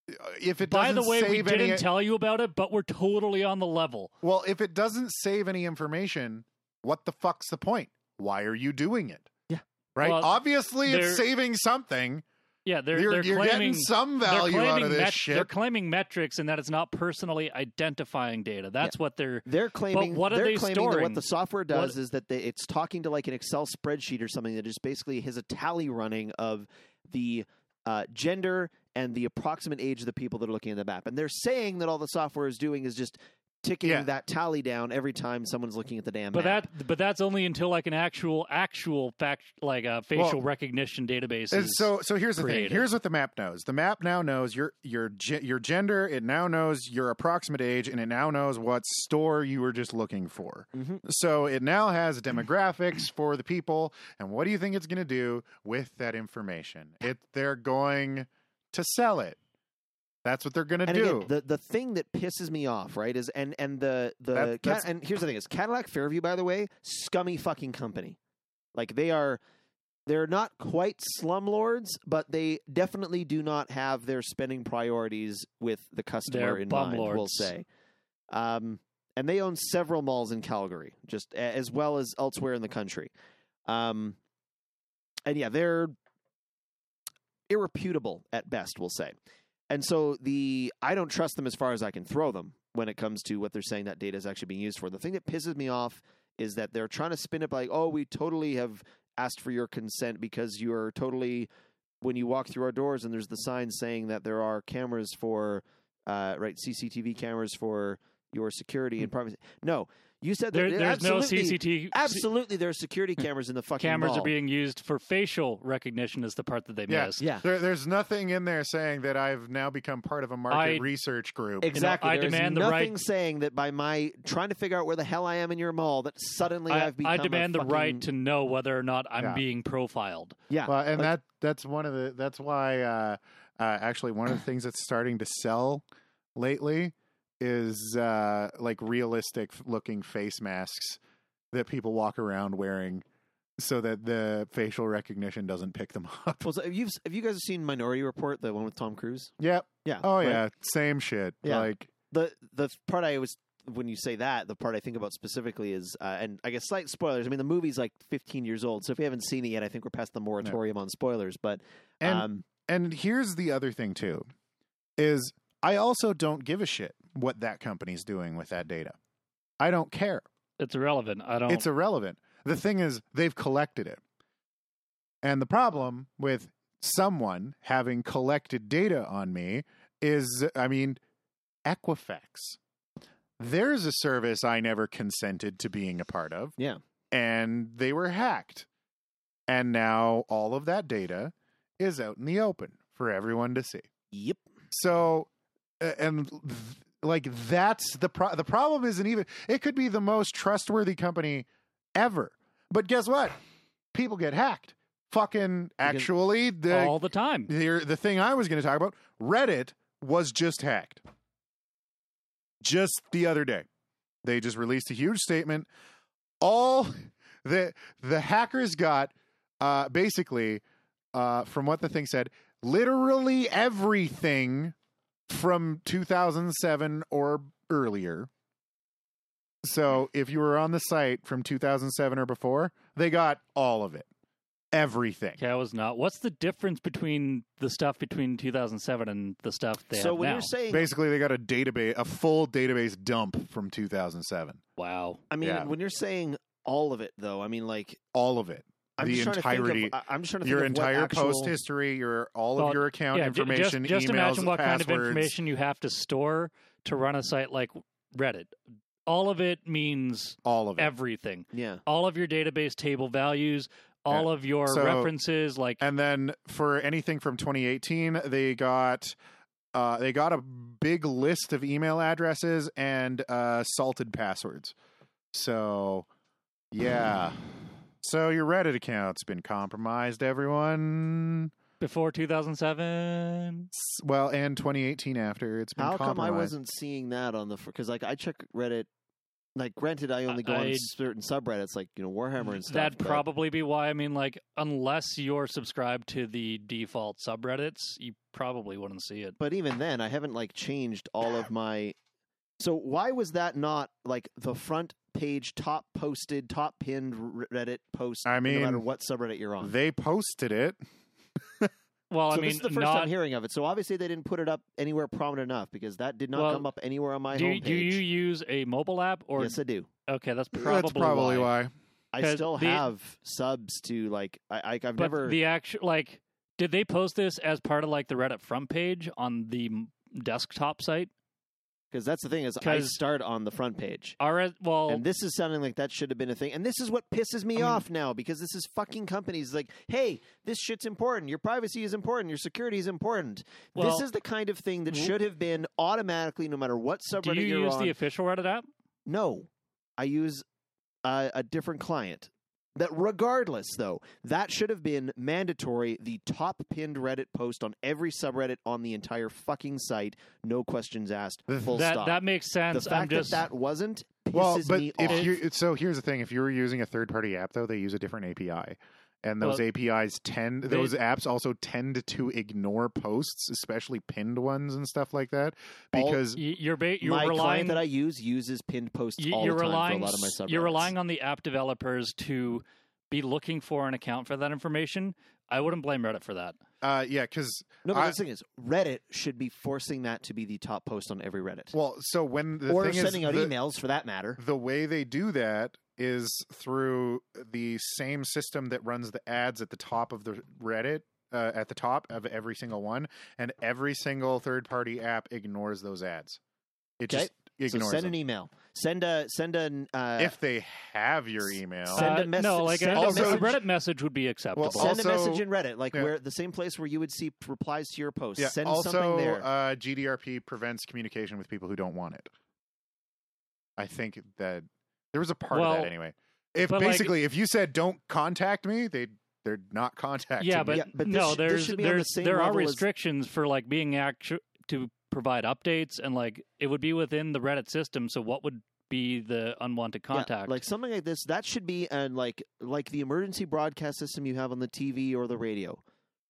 B: uh, if it
A: by
B: doesn't
A: the way, we
B: save
A: didn't
B: any,
A: tell you about it, but we're totally on the level.
B: well, if it doesn't save any information, what the fuck's the point? Why are you doing it?
C: Yeah.
B: Right.
A: Well,
B: Obviously,
A: there-
B: it's saving something.
A: Yeah, they're
B: you're
A: they're
B: you're
A: claiming
B: getting some
A: they're
B: value
A: claiming
B: out of this
A: met- They're
B: shit.
A: claiming metrics and that it's not personally identifying data. That's what they're
C: They're claiming.
A: what are
C: they're
A: they
C: claiming That
A: storing?
C: what the software does
A: What-
C: is that they, it's talking to like an Excel spreadsheet or something that is basically has a tally running of the uh, gender and the approximate age of the people that are looking at the map, and they're saying that all the software is doing is just ticking
B: Yeah.
C: that tally down every time someone's looking at the damn
A: but
C: map.
A: that but that's only until like an actual actual fact like a facial recognition database.
B: And
A: is-
B: so so here's the
A: created.
B: thing. Here's what the map knows. The map now knows your your ge- your gender. It now knows your approximate age, and it now knows what store you were just looking for.
C: Mhm.
B: So it now has demographics for the people. And what do you think it's going to do with that information? It they're going to sell it. That's what they're going to
C: and
B: do.
C: again, the the thing that pisses me off, right, is and and the the
B: That-
C: Cat-
B: that's-
C: and here's the thing is Cadillac Fairview, by the way, scummy fucking company. Like they are, they're not quite slumlords, but they definitely do not have their spending priorities with the customer
A: They're
C: in
A: bum
C: mind. We'll
A: lords.
C: say, um, and they own several malls in Calgary, just a- as well as elsewhere in the country. Um, and yeah, they're irreputable at best, we'll say. And so the I don't trust them as far as I can throw them when it comes to what they're saying that data is actually being used for. The thing that pisses me off is that they're trying to spin it like, oh, we totally have asked for your consent because you're totally when you walk through our doors and there's the sign saying that there are cameras for uh, right CCTV cameras for your security and privacy. No, you said that
A: Hmm. there, there's no
C: absolutely-
A: CCT
C: Absolutely, there are security cameras in the fucking
A: Hmm. cameras
C: mall.
A: are being used for facial recognition is the part that they
B: Yeah.
A: missed.
C: yeah.
B: There, there's nothing in there saying that I've now become part of a market
A: I-
B: research group.
C: Exactly.
A: I
C: There is
A: demand the
C: nothing
A: right-
C: saying that by my trying to figure out where the hell I am in your mall that suddenly
A: I,
C: have become.
A: I
C: a
A: demand the
C: fucking-
A: right to know whether or not I'm
B: Yeah.
A: being profiled.
C: Yeah.
B: Well, and
C: Like-
B: that that's one of the that's why uh, uh, actually one of the things that's starting to sell lately is uh, like realistic looking face masks that people walk around wearing, so that the facial recognition doesn't pick them up.
C: Well, so have you have you guys seen Minority Report, the one with Tom Cruise?
B: Yep.
C: Yeah.
B: Oh
C: right?
B: yeah. Same shit.
C: Yeah.
B: Like
C: The the part I was when you say that, the part I think about specifically is, uh, and I guess slight spoilers. I mean, the movie's like 15 years old, so if you haven't seen it yet, I think we're past the moratorium on spoilers. But
B: and
C: um,
B: and here's the other thing too, is I also don't give a shit what that company's doing with that data. I don't care.
A: It's irrelevant. I don't.
B: It's irrelevant. The thing is, they've collected it. And the problem with someone having collected data on me is, I mean, Equifax. There's a service I never consented to being a part of.
C: Yeah.
B: And they were hacked. And now all of that data is out in the open for everyone to see.
C: yep,
B: So, uh, and th- like that's the pro- the problem isn't even it could be the most trustworthy company ever, but guess what? People get hacked. Fucking actually, the
A: all the time.
B: the, the thing I was going to talk about, Reddit was just hacked. Just the other day, they just released a huge statement. All the the hackers got uh, basically uh, from what the thing said, literally everything from 2007 or earlier. So if you were on the site from 2007 or before, they got all of it, everything.
A: Okay, I was not. What's the difference between the stuff between 2007 and the stuff they
C: so
A: have
C: when
A: now?
C: you're saying
B: Basically, they got a database, a full database dump from 2007,
A: wow,
C: I mean,
B: Yeah.
C: when you're saying all of it, though, I mean, like
B: all of it,
C: I'm
B: the
C: just trying
B: entirety,
C: To think of, I- I'm just trying to
B: your
C: think of what
B: entire
C: actual-
B: post history, your all
A: Well,
B: of your account
A: yeah. ju-
B: information,
A: just just
B: emails,
A: imagine what
B: passwords.
A: kind of information you have to store to run a site like Reddit. All of it means
B: all of it.
A: everything.
C: Yeah.
A: All of your database table values. All of your
B: So-
A: references, like
B: And then for anything from 2018, they got uh, they got a big list of email addresses and uh, salted passwords. So yeah, so your Reddit account's been compromised, everyone.
A: before 2007.
B: S- Well, and 2018 after it's been
C: How come I
B: compromised.
C: wasn't seeing that on the because like I check Reddit. Like, granted, I only go on
A: I-
C: certain subreddits, like you know Warhammer and stuff.
A: That'd
C: but-
A: probably be why. I mean, like, unless you're subscribed to the default subreddits, you probably wouldn't see it.
C: but even then, I haven't like changed all of my. So why was that not like the front page, top posted, top pinned Reddit post?
B: I
C: no matter
B: mean,
C: what subreddit you're on.
B: They posted it.
A: Well,
C: so
A: I mean,
C: this is the first
A: not
C: time hearing of it. So obviously they didn't put it up anywhere prominent enough because that did not
A: Well,
C: come up anywhere on my
A: do, you-
C: homepage.
A: do you use a mobile app or
C: yes, I do.
A: okay? That's probably
B: That's probably
A: why.
B: why.
C: I
A: 'Cause
C: still
A: the-
C: have subs to like. I, I I've
A: But
C: never.
A: the actual like, did they post this as part of like the Reddit front page on the m- desktop site?
C: Because that's the thing is, I
A: 'Cause-
C: start on the front page.
A: Are well,
C: And this is sounding like that should have been a thing. And this is what pisses me
A: I mean-
C: off now because this is fucking companies like, hey, this shit's important. Your privacy is important. Your security is important.
A: Well-
C: this is the kind of thing that
A: W-
C: should have been automatically, no matter what subreddit
A: do you
C: are
A: use
C: on.
A: the official Reddit app?
C: no, I use uh, a different client. That regardless, though, that should have been mandatory. The top pinned Reddit post on every subreddit on the entire fucking site. No questions asked. Full
A: that
C: stop.
A: that makes
C: the
A: sense. I'm
C: fact
A: just
C: that that wasn't pisses
B: Well, but
C: me off.
B: if you so here's the thing: if you were using a third party app, though, they use a different API, and those APIs tend those apps also tend to ignore posts, especially pinned ones and stuff like that,
C: All-
B: because
A: y- you're ba- you're
C: my
A: relying
C: client that I use uses pinned posts
A: y-
C: all
A: you're
C: the time
A: relying
C: for a lot of my
A: s-
C: subreddits.
A: you're relying on the app developers to be looking for an account for that information. I wouldn't blame Reddit for that.
B: uh, yeah, because
C: no, but
B: I-
C: the thing is, Reddit should be forcing that to be the top post on every Reddit,
B: well, so when the
C: or
B: thing
C: sending
B: is
C: out
B: the,
C: emails for that matter.
B: the way they do that is through the same system that runs the ads at the top of the Reddit. Uh, at the top of every single one, and every single third-party app ignores those ads. It
C: Okay.
B: just ignores
C: so send
B: them.
C: an email. Send a send an uh,
B: if they have your email.
C: Send a message-
A: Uh, No, like a,
C: send
B: a
A: a
B: message.
A: Reddit message would be acceptable.
B: Well,
C: send
B: also-
C: a message in Reddit, like
B: yeah.
C: where the same place where you would see replies to your posts.
B: yeah.
C: Send
B: also,
C: something there.
B: Uh, GDRP prevents communication with people who don't want it. I think that there was a part of
A: Well,
B: that anyway. If
A: but, like-
B: basically, if you said "don't contact me," they they're not contacting.
A: yeah,
B: you.
A: but,
C: Yeah, but this
A: no,
C: sh- this
A: there's
C: should be on the
A: there's
C: same
A: there are
C: level as-
A: restrictions for like being actu- to provide updates and like it would be within the Reddit system. So what would be the unwanted
C: Yeah,
A: contact?
C: like something like this, that should be and like like the emergency broadcast system you have on the TV or the radio.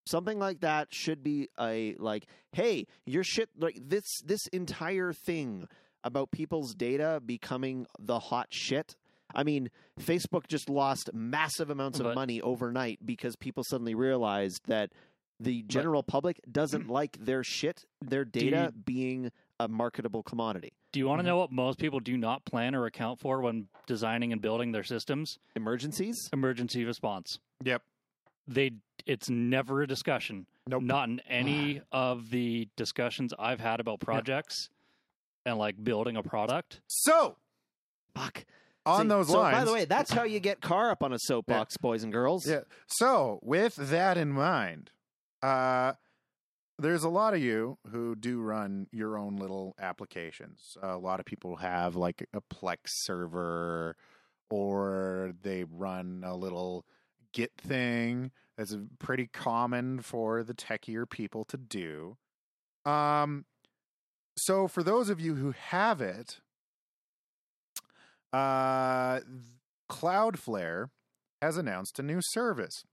C: Something like that should be a like, hey, your shit like this this entire thing about people's data becoming the hot shit. I mean, Facebook just lost massive amounts of
A: But-
C: money overnight because people suddenly realized that the general public doesn't like their shit, their
A: you-
C: data being a marketable commodity.
A: do you want to know what most people do not plan or account for when designing and building their systems?
C: Emergencies?
A: Emergency response.
B: yep.
A: They it's never a discussion.
B: Nope.
A: Not in any of the discussions I've had about projects and like building a product.
B: So
C: Fuck.
B: on
C: See,
B: those
C: so
B: lines.
C: By the way, that's how you get car up on a soapbox, boys and girls.
B: Yeah. So, with that in mind, uh, there's a lot of you who do run your own little applications. a lot of people have like a Plex server, or they run a little Git thing. That's pretty common for the techier people to do. Um, so for those of you who have it, uh, Cloudflare has announced a new service.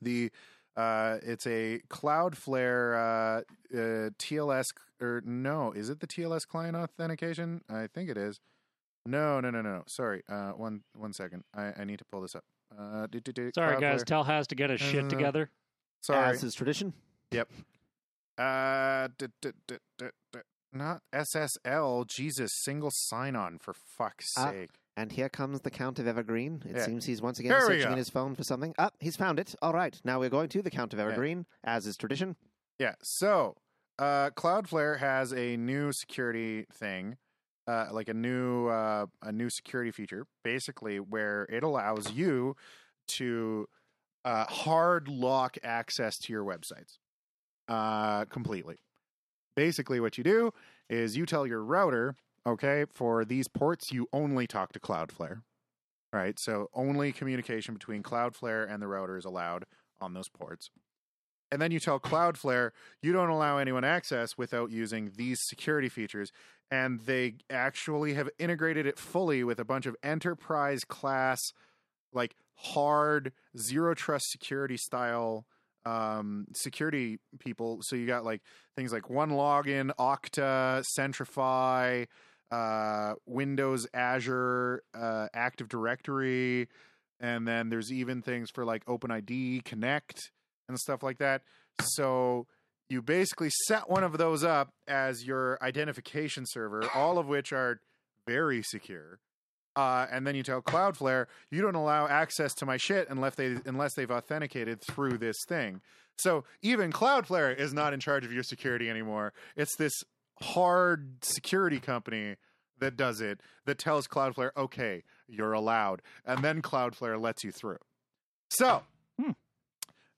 B: The uh, it's a Cloudflare uh, uh, TLS or no, is it the TLS client authentication? I think it is. No, no, no, no. Sorry. Uh, one one second. I, I need to pull this up. Uh, do, do, do,
A: Sorry guys,
B: Cloudflare.
A: Tel has to get his
B: No, no,
A: shit
B: no.
A: together.
B: Sorry.
C: As is tradition.
B: Uh, d- d- d- d- d- not SSL. Jesus, single sign-on for fuck's
C: Uh,
B: sake.
C: And here comes the Count of Evergreen. It
B: Yeah.
C: seems he's once again
B: There we
C: searching
B: go.
C: in his phone for something. Ah, he's found it. All right. Now we're going to the Count of Evergreen, as is tradition.
B: Yeah. So, uh, Cloudflare has a new security thing, uh, like a new uh, a new security feature, basically where it allows you to uh, hard lock access to your websites uh, completely. Basically, what you do is you tell your router, okay, for these ports, you only talk to Cloudflare. All right. So, only communication between Cloudflare and the router is allowed on those ports. And then you tell Cloudflare you don't allow anyone access without using these security features. And they actually have integrated it fully with a bunch of enterprise class, like hard zero trust security style um, security people. So you got like things like One Login, Okta, Centrify, uh, Windows Azure, uh, Active Directory. And then there's even things for like OpenID, Connect and stuff like that. So you basically set one of those up as your identification server, all of which are very secure. Uh, and then you tell Cloudflare you don't allow access to my shit unless they unless they've authenticated through this thing. So even Cloudflare is not in charge of your security anymore. It's this hard security company that does it that tells Cloudflare, okay, you're allowed, and then Cloudflare lets you through. So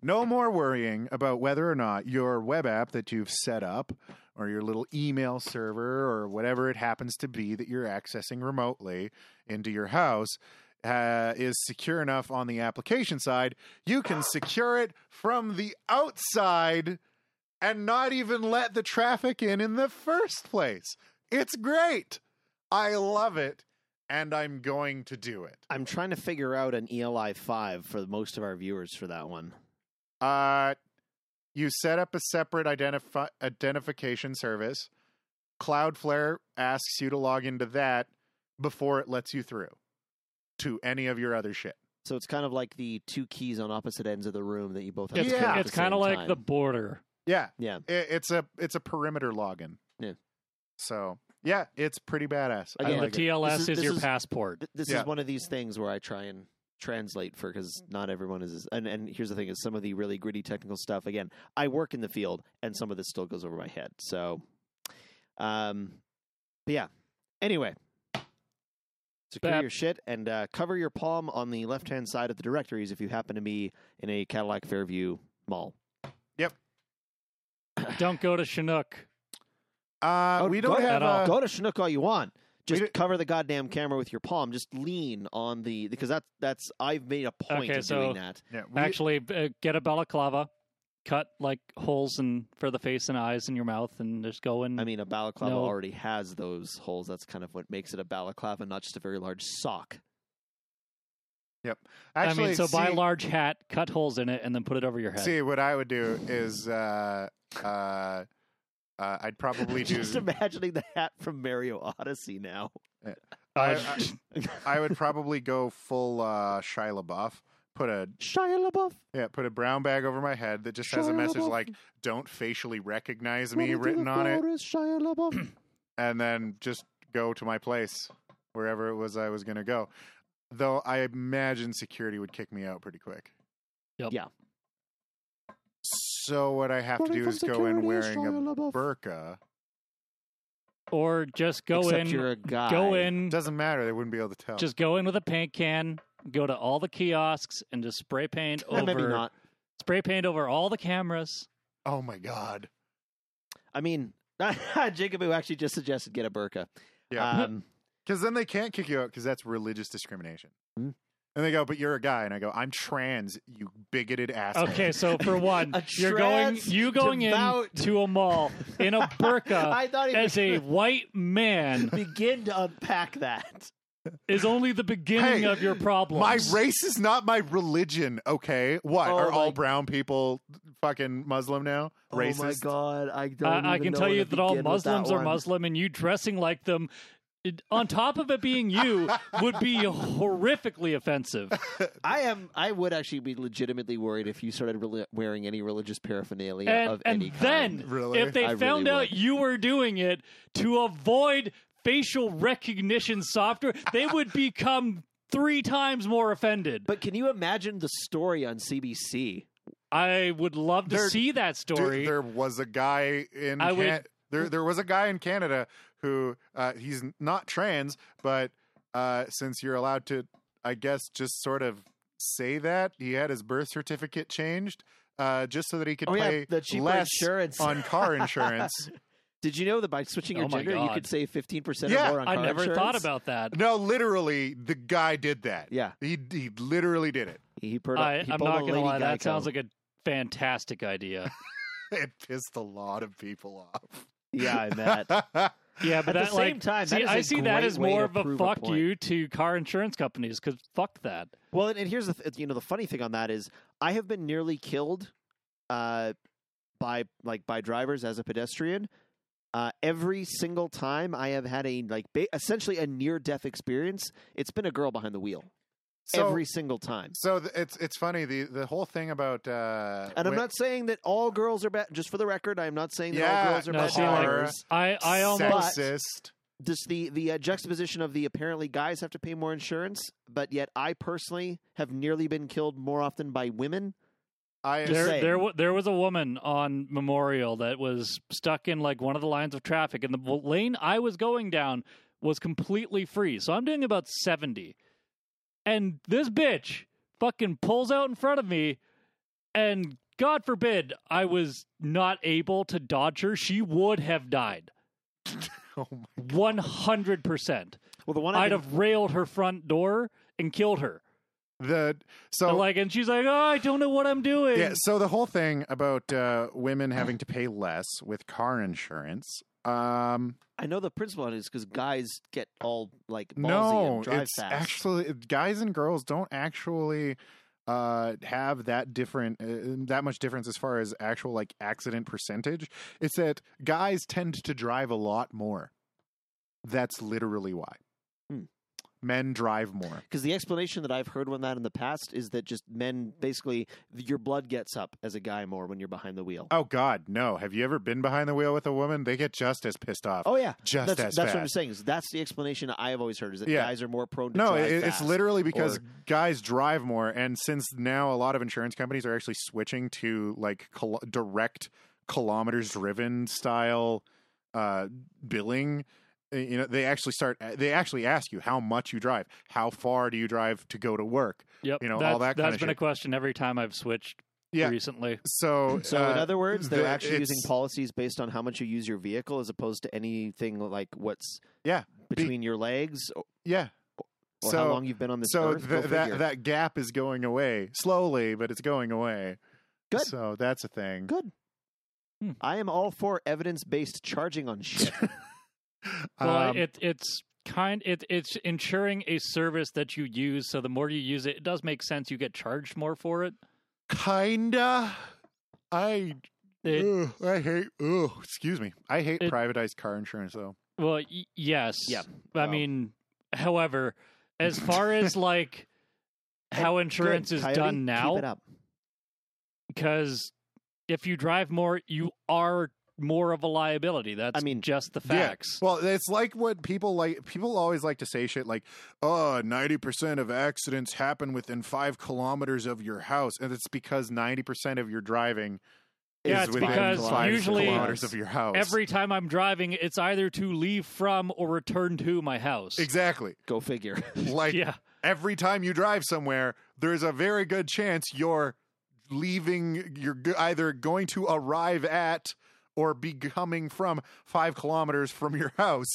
B: no more worrying about whether or not your web app that you've set up or your little email server or whatever it happens to be that you're accessing remotely into your house uh, is secure enough on the application side. You can secure it from the outside and not even let the traffic in in the first place. It's great. I love it. And I'm going to do it.
C: I'm trying to figure out an ELI five for most of our viewers for that one.
B: Uh, you set up a separate identifi- identification service. Cloudflare asks you to log into that before it lets you through to any of your other shit.
C: So it's kind of like the two keys on opposite ends of the room that you both have.
A: It's,
C: to turn
B: Yeah.
C: at
A: it's
C: the
A: kind of
C: same
A: like
C: time.
A: the border.
B: Yeah,
C: yeah.
B: i- it's a it's a perimeter login.
C: Yeah.
B: So yeah, it's pretty badass. I
C: Again,
A: and
B: like
A: the
B: it.
A: TLS is,
C: This is- this
A: your
C: is-
A: passport.
C: Th- this
B: Yeah.
C: is one of these things where I try and translate for because not everyone is and, and here's the thing is some of the really gritty technical stuff again i work in the field and some of this still goes over my head so um but yeah anyway secure
A: Bap.
C: your shit and uh, cover your palm on the left hand side of the directories if you happen to be in a cadillac fairview mall
A: Don't go to Chinook.
B: Uh,
C: Oh,
B: we don't
C: go-
B: have
A: At all.
B: uh,
C: go to Chinook all you want. Just
B: We di-
C: cover the goddamn camera with your palm. Just lean on the because that's that's I've made a point
A: Okay,
C: of
A: so-
C: doing that.
B: yeah, we-
A: Actually, uh, get a balaclava, cut like holes in for the face and eyes in your mouth, and just go in.
C: I mean, a balaclava
A: Mm-hmm. No.
C: already has those holes. That's kind of what makes it a balaclava, not just a very large sock.
B: actually
A: I mean, so buy
B: see-
A: a large hat, cut holes in it, and then put it over your head.
B: See, what I would do is uh, uh, uh, I'd probably do.
C: just imagining the hat from Mario Odyssey now.
B: I,
A: Uh,
B: I, I would probably go full uh, Shia LaBeouf. Put a
C: Shia LaBeouf.
B: yeah, put a brown bag over my head that just has a
C: Shia
B: message
C: LaBeouf.
B: like "Don't facially recognize
C: Wanna
B: me"
C: do
B: written
C: the
B: on it,
C: forest, Shia LaBeouf.
B: and then just go to my place wherever it was I was going to go. Though I imagine security would kick me out pretty quick.
A: Yep.
C: Yeah.
B: So what I have
C: Running
B: to do
C: from
B: is go in
C: security,
B: wearing
C: Shia
B: a
C: LaBeouf.
B: burqa.
A: or just go
C: Except
A: in.
C: you're a guy.
A: Go in.
B: Doesn't matter; they wouldn't be able to tell.
A: Just go in with a paint can. Go to all the kiosks and just spray paint
C: Eh,
A: over.
C: maybe not.
A: Spray paint over all the cameras.
B: oh my god!
C: I mean, Jacob, who actually just suggested get a burqa.
B: Yeah.
C: Um,
B: Because then they can't kick you out because that's religious discrimination.
C: Hmm.
B: And they go, but you're a guy, and I go, I'm trans, you bigoted asshole.
A: Okay, so for one,
C: A
A: you're going
C: trans
A: you going in
C: devout-
A: to a mall in a burqa
C: I thought he
A: as
C: was
A: a
C: gonna
A: white man
C: begin to unpack that.
A: is only the beginning
B: Hey,
A: of your problems.
B: My race is not my religion. Okay, what
C: Oh
B: are all
C: my-
B: brown people fucking Muslim now? Racist.
C: Oh my god! I
A: I-
C: don't.
A: I
C: even
A: can
C: know
A: tell
C: where
A: you
C: to
A: that all
C: begin with that
A: Muslims are
C: one.
A: Muslim, and you dressing like them, it- on top of it being you, would be horrifically offensive.
C: I am. I would actually be legitimately worried if you started really wearing any religious paraphernalia
A: and
C: of
A: and
C: any
A: then,
C: kind.
B: Really?
A: if they
C: I
A: found
C: really
A: out
C: would.
A: you were doing it to avoid facial recognition software, they would become three times more offended.
C: But can you imagine the story on CBC?
A: I would love to
B: There-
A: see that
B: Dude,
A: story.
B: there was a guy in
A: I would-
B: Can- there there was a guy in Canada who uh, he's not trans, but uh, since you're allowed to, I guess, just sort of say that he had his birth certificate changed uh, just so that he could
C: Oh yeah,
B: pay
C: the cheaper
B: less
C: insurance
B: on car insurance.
C: Did you know that by switching
A: Oh
C: your
A: my
C: gender, you
A: God.
C: could save fifteen percent
B: Yeah.
C: or more on
A: I
C: car
A: never
C: insurance?
A: thought about that.
B: no, literally, the guy did that.
C: Yeah,
B: He he literally did it.
C: he, he put up.
A: I,
C: he
A: I'm
C: pulled a
A: not gonna
C: Lady
A: lie, that
C: Geico.
A: sounds like a fantastic idea.
B: It pissed a lot of people
C: yeah, I bet.
B: off.
A: Yeah, but
C: At the
A: that like
C: same time, that
A: see,
C: is
A: I
C: a
A: see that
C: great
A: as
C: way
A: more
C: to
A: of a
C: prove a
A: fuck
C: point.
A: you to car insurance companies because fuck that.
C: Well, and, and here's the th- you know the funny thing on that is I have been nearly killed uh, by like by drivers as a pedestrian. Uh, every single time I have had a like ba- essentially a near death experience, it's been a girl behind the wheel.
B: So,
C: every single time.
B: so th- it's it's funny the the whole thing about uh,
C: And I'm
B: wi-
C: not saying that all girls are bad. Just for the record, I am not saying that
B: Yeah,
C: all girls are
A: no,
C: bad
A: see, like-
C: drivers.
A: I I almost
C: But-
B: sexist.
C: Just the the uh, juxtaposition of the apparently guys have to pay more insurance, but yet I personally have nearly been killed more often by women.
B: I
C: Just
A: there
C: saying.
A: there, wa- there was a woman on Memorial that was stuck in like one of the lines of traffic, and the w- lane I was going down was completely free. So I'm doing about seventy, and this bitch fucking pulls out in front of me, and God forbid I was not able to dodge her, she would have died.
B: oh my
A: One hundred percent.
C: Well, the one I
A: I'd
C: did-
A: have railed her front door and killed her.
B: the so
A: And, like, and she's like, "Oh, I don't know what I'm doing."
B: Yeah, so the whole thing about uh, women having to pay less with car insurance. Um,
C: I know the principle on it is because guys get all like ballsy
B: no,
C: and drive
B: it's
C: fast.
B: actually guys and girls don't actually uh, have that different uh, that much difference as far as actual like accident percentage. It's that guys tend to drive a lot more. That's literally why.
C: Hmm.
B: Men drive more.
C: Because the explanation that I've heard on that in the past is that just men basically your blood gets up as a guy more when you're behind the wheel.
B: Oh God, no! Have you ever been behind the wheel with a woman? They get just as pissed off.
C: Oh yeah,
B: just
C: that's,
B: as
C: that's
B: fast.
C: what I'm saying. Is that's the explanation I have always heard is that
B: Yeah.
C: guys are more prone to
B: No,
C: drive
B: it, it's
C: fast.
B: literally because
C: or-
B: guys drive more, and since now a lot of insurance companies are actually switching to like kil- direct kilometers driven style uh, billing. uh, You know, they actually start. They actually ask you how much you drive, how far do you drive to go to work.
A: Yep.
B: you know, all
A: that's,
B: that kinda
A: has been a
B: shit.
A: question every time I've switched
B: Yeah.
A: recently.
B: So,
C: So
B: uh,
C: in other words, they're
B: the-
C: actually
B: it's-
C: using policies based on how much you use your vehicle as opposed to anything like what's
B: Yeah,
C: between your legs or,
B: yeah.
C: or
B: so
C: how long you've been on this
B: so
C: earth. Go
B: th- that
C: figure.
B: that gap is going away slowly, but it's going away.
C: Good.
B: So that's a thing.
C: Good.
A: Hmm.
C: I am all for evidence based charging on shit.
A: Well,
B: Um,
A: it, it's kind. It, it's ensuring a service that you use. So the more you use it, it does make sense. You get charged more for it.
B: kinda. I
A: It-
B: Ugh, I hate. Ugh, excuse me. I hate
A: It-
B: privatized car insurance though.
A: well, y- yes.
C: Yeah.
A: I
B: Um,
C: Oh.
A: mean, however, as far as like how insurance
C: Good,
A: is
C: Coyote,
A: done
C: Keep it
A: now,
C: up.
A: because if you drive more, you are more of a liability. That's
C: I mean,
A: just the facts.
B: Yeah. Well, it's like what people like. People always like to say shit like, "Oh, ninety percent of accidents happen within five kilometers of your house," and it's because ninety percent of your driving
A: Yeah,
B: is
A: it's
B: within
A: because
B: five
A: usually
B: kilometers of your house.
A: Every time I'm driving, it's either to leave from or return to my house.
B: exactly
C: Go figure.
B: like
A: Yeah.
B: every time you drive somewhere, there's a very good chance you're leaving, you're g- either going to arrive at or be coming from five kilometers from your house.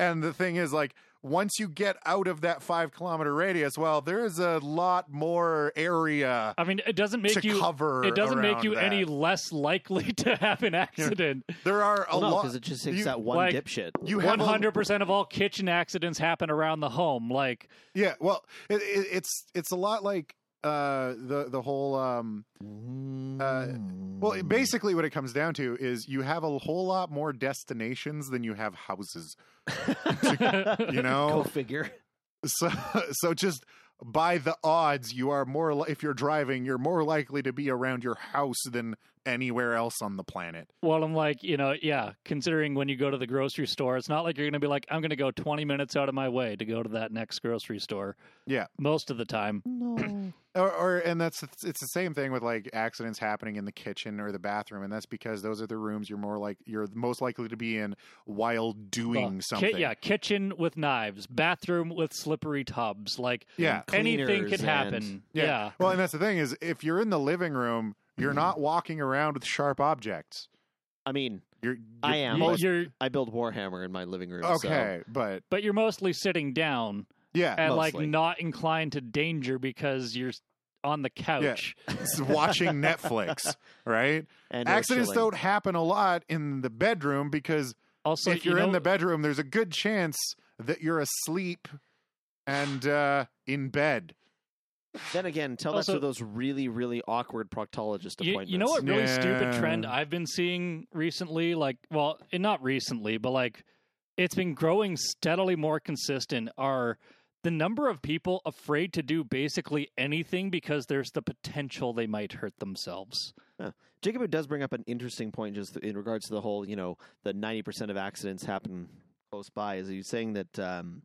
B: And the thing is, like, once you get out of that five kilometer radius, well, there is a lot more area
A: I mean, it doesn't make
B: to
A: you
B: cover.
A: it doesn't make
B: around
A: you
B: that.
A: any less likely to have an accident.
B: There are a
A: Oh,
C: well, no,
B: lot.
C: because it just takes
B: you-
C: that one
A: like-
C: dipshit.
B: You
A: One
B: have a-
A: hundred percent of all kitchen accidents happen around the home. Like,
B: yeah. Well, it, it, it's it's a lot like uh the the whole um
C: Mm.
B: uh, Well, it- basically, what it comes down to is you have a whole lot more destinations than you have houses. You
C: Go
B: know,
C: figure.
B: so so just by the odds, you are more. Li- if you're driving, you're more likely to be around your house than anywhere else on the planet.
A: well, I'm like, you know, yeah. Considering when you go to the grocery store, it's not like you're going to be like, I'm going to go twenty minutes out of my way to go to that next grocery store.
B: Yeah.
A: most of the time.
C: No.
B: Or, or and that's it's the same thing with like accidents happening in the kitchen or the bathroom, and that's because those are the rooms you're more like you're most likely to be in while doing
A: Well, ki-
B: something.
A: yeah, kitchen with knives, bathroom with slippery tubs. Like,
B: yeah.
A: anything
C: Cleaners
A: could
C: and-
A: happen. Yeah.
B: Well, and that's the thing is if you're in the living room, you're not walking around with sharp objects.
C: I mean,
B: You're, you're
C: I am.
A: You-
B: most-
A: you're
C: I build Warhammer in my living room. So.
B: okay, but
A: but you're mostly sitting down
B: yeah,
A: and
C: Mostly.
A: like not inclined to danger because you're s- on the couch.
B: it's watching Netflix, right?
C: And no
B: Accidents
C: chilling.
B: don't happen a lot in the bedroom because
A: Also,
B: if you're
A: you know,
B: in the bedroom, there's a good chance that you're asleep and uh, in bed.
C: Then again, tell that
A: Also-
C: to those really, really awkward proctologist
A: you,
C: appointments.
A: you know what really stupid
B: Yeah.
A: trend I've been seeing recently? Like, well, eh, not recently, but like it's been growing steadily more consistent. Are the number of people afraid to do basically anything because there's the potential they might hurt themselves.
C: Jacob does bring up an interesting point just in regards to the whole, you know, the 90% of accidents happen close by. Is he's saying that um,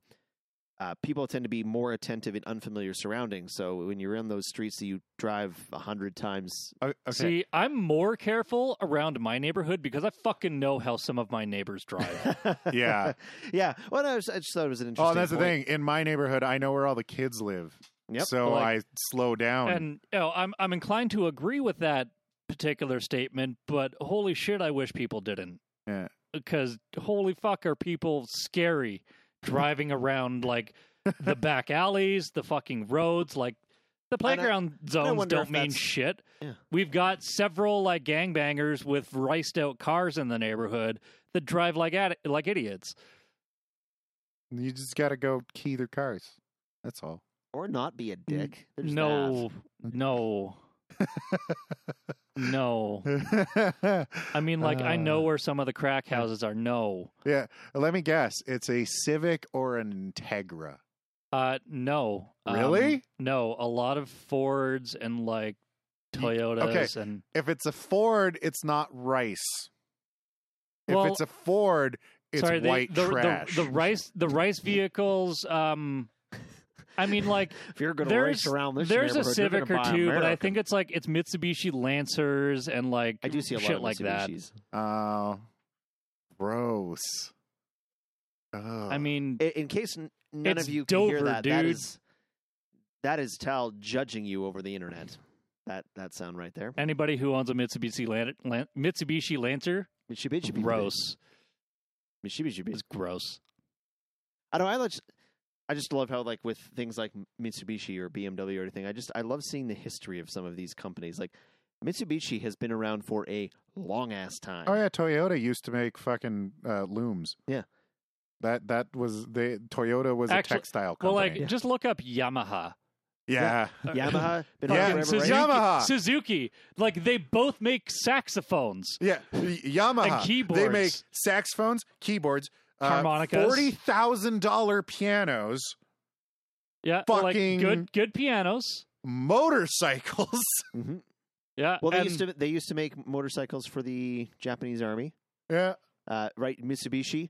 C: uh, people tend to be more attentive in unfamiliar surroundings. So when you're in those streets that you drive 100 times,
B: O- Okay.
A: See, I'm more careful around my neighborhood because I fucking know how some of my neighbors drive.
B: Yeah.
C: yeah. Well, no, I just I just thought it was an interesting
B: oh, and that's the
C: point.
B: thing. In my neighborhood, I know where all the kids live.
C: Yep.
B: So
A: Like-
B: I slow down.
A: and you know, I'm I'm inclined to agree with that particular statement, but holy shit, I wish people didn't.
B: Yeah.
A: Because holy fuck, are people scary driving around like the back alleys, the fucking roads, like the
C: I-
A: playground zones
C: wonder
A: don't
C: if
A: mean
C: that's-
A: shit.
C: Yeah.
A: We've got several like gangbangers with riced out cars in the neighborhood that drive like ad- like idiots.
B: you just got to go key their cars. That's all.
C: Or not be a dick. There's
A: no, no, no. I mean, like, I know where some of the crack houses are. No.
B: Yeah. Let me guess. It's a Civic or an Integra.
A: Uh, no. Um,
B: Really?
A: no. A lot of Fords and, like, Toyotas and.
B: If it's a Ford, it's not rice. If
A: Well,
B: it's a Ford, it's
A: sorry, they-
B: white
A: the, the-
B: trash.
A: The, rice, the rice vehicles, um, I mean, like,
C: that. If you're going to
A: there's,
C: race around this
A: there's a
C: neighborhood, you're
A: Civic
C: gonna
A: or
C: buy
A: two, but I
C: American.
A: think it's like, it's Mitsubishi Lancers and, like,
C: I do see a lot
A: shit
C: of
A: like that.
C: Mitsubishis.
B: Oh, gross. Oh. Ugh.
A: I mean,
C: I- In case n- none
A: It's
C: of you can hear
A: Dover,
C: that, that
A: dude.
C: is that is Tal judging you over the internet. That that sound right there.
A: anybody who owns a Mitsubishi, Lan- Lan- Mitsubishi Lancer,
C: Mitsubishi
A: gross.
C: Mitsubishi.
A: It's gross.
C: I know. I like. I just love how like with things like Mitsubishi or BMW or anything. I just I love seeing the history of some of these companies. Like Mitsubishi has been around for a long ass time.
B: oh yeah, Toyota used to make fucking uh, looms.
C: Yeah.
B: That that was they Toyota was
A: Actually-
B: a textile
A: Well,
B: company.
A: like, just look up Yamaha.
B: yeah.
C: Yamaha been
B: Yeah,
C: around
A: Fucking
C: forever.
A: Suzuki,
C: Right?
B: Yama- Yamaha.
A: Suzuki. Like they both make saxophones.
B: Yeah, y- Yamaha. They
A: keyboards.
B: make saxophones, keyboards, uh,
A: Harmonicas.
B: forty thousand dollar pianos,
A: Yeah,
B: Fucking-
A: like good good pianos.
B: motorcycles.
C: Mhm.
A: Yeah.
C: Well, they
A: and
C: used to they used to make motorcycles for the Japanese army.
B: yeah,
C: Uh, right, Mitsubishi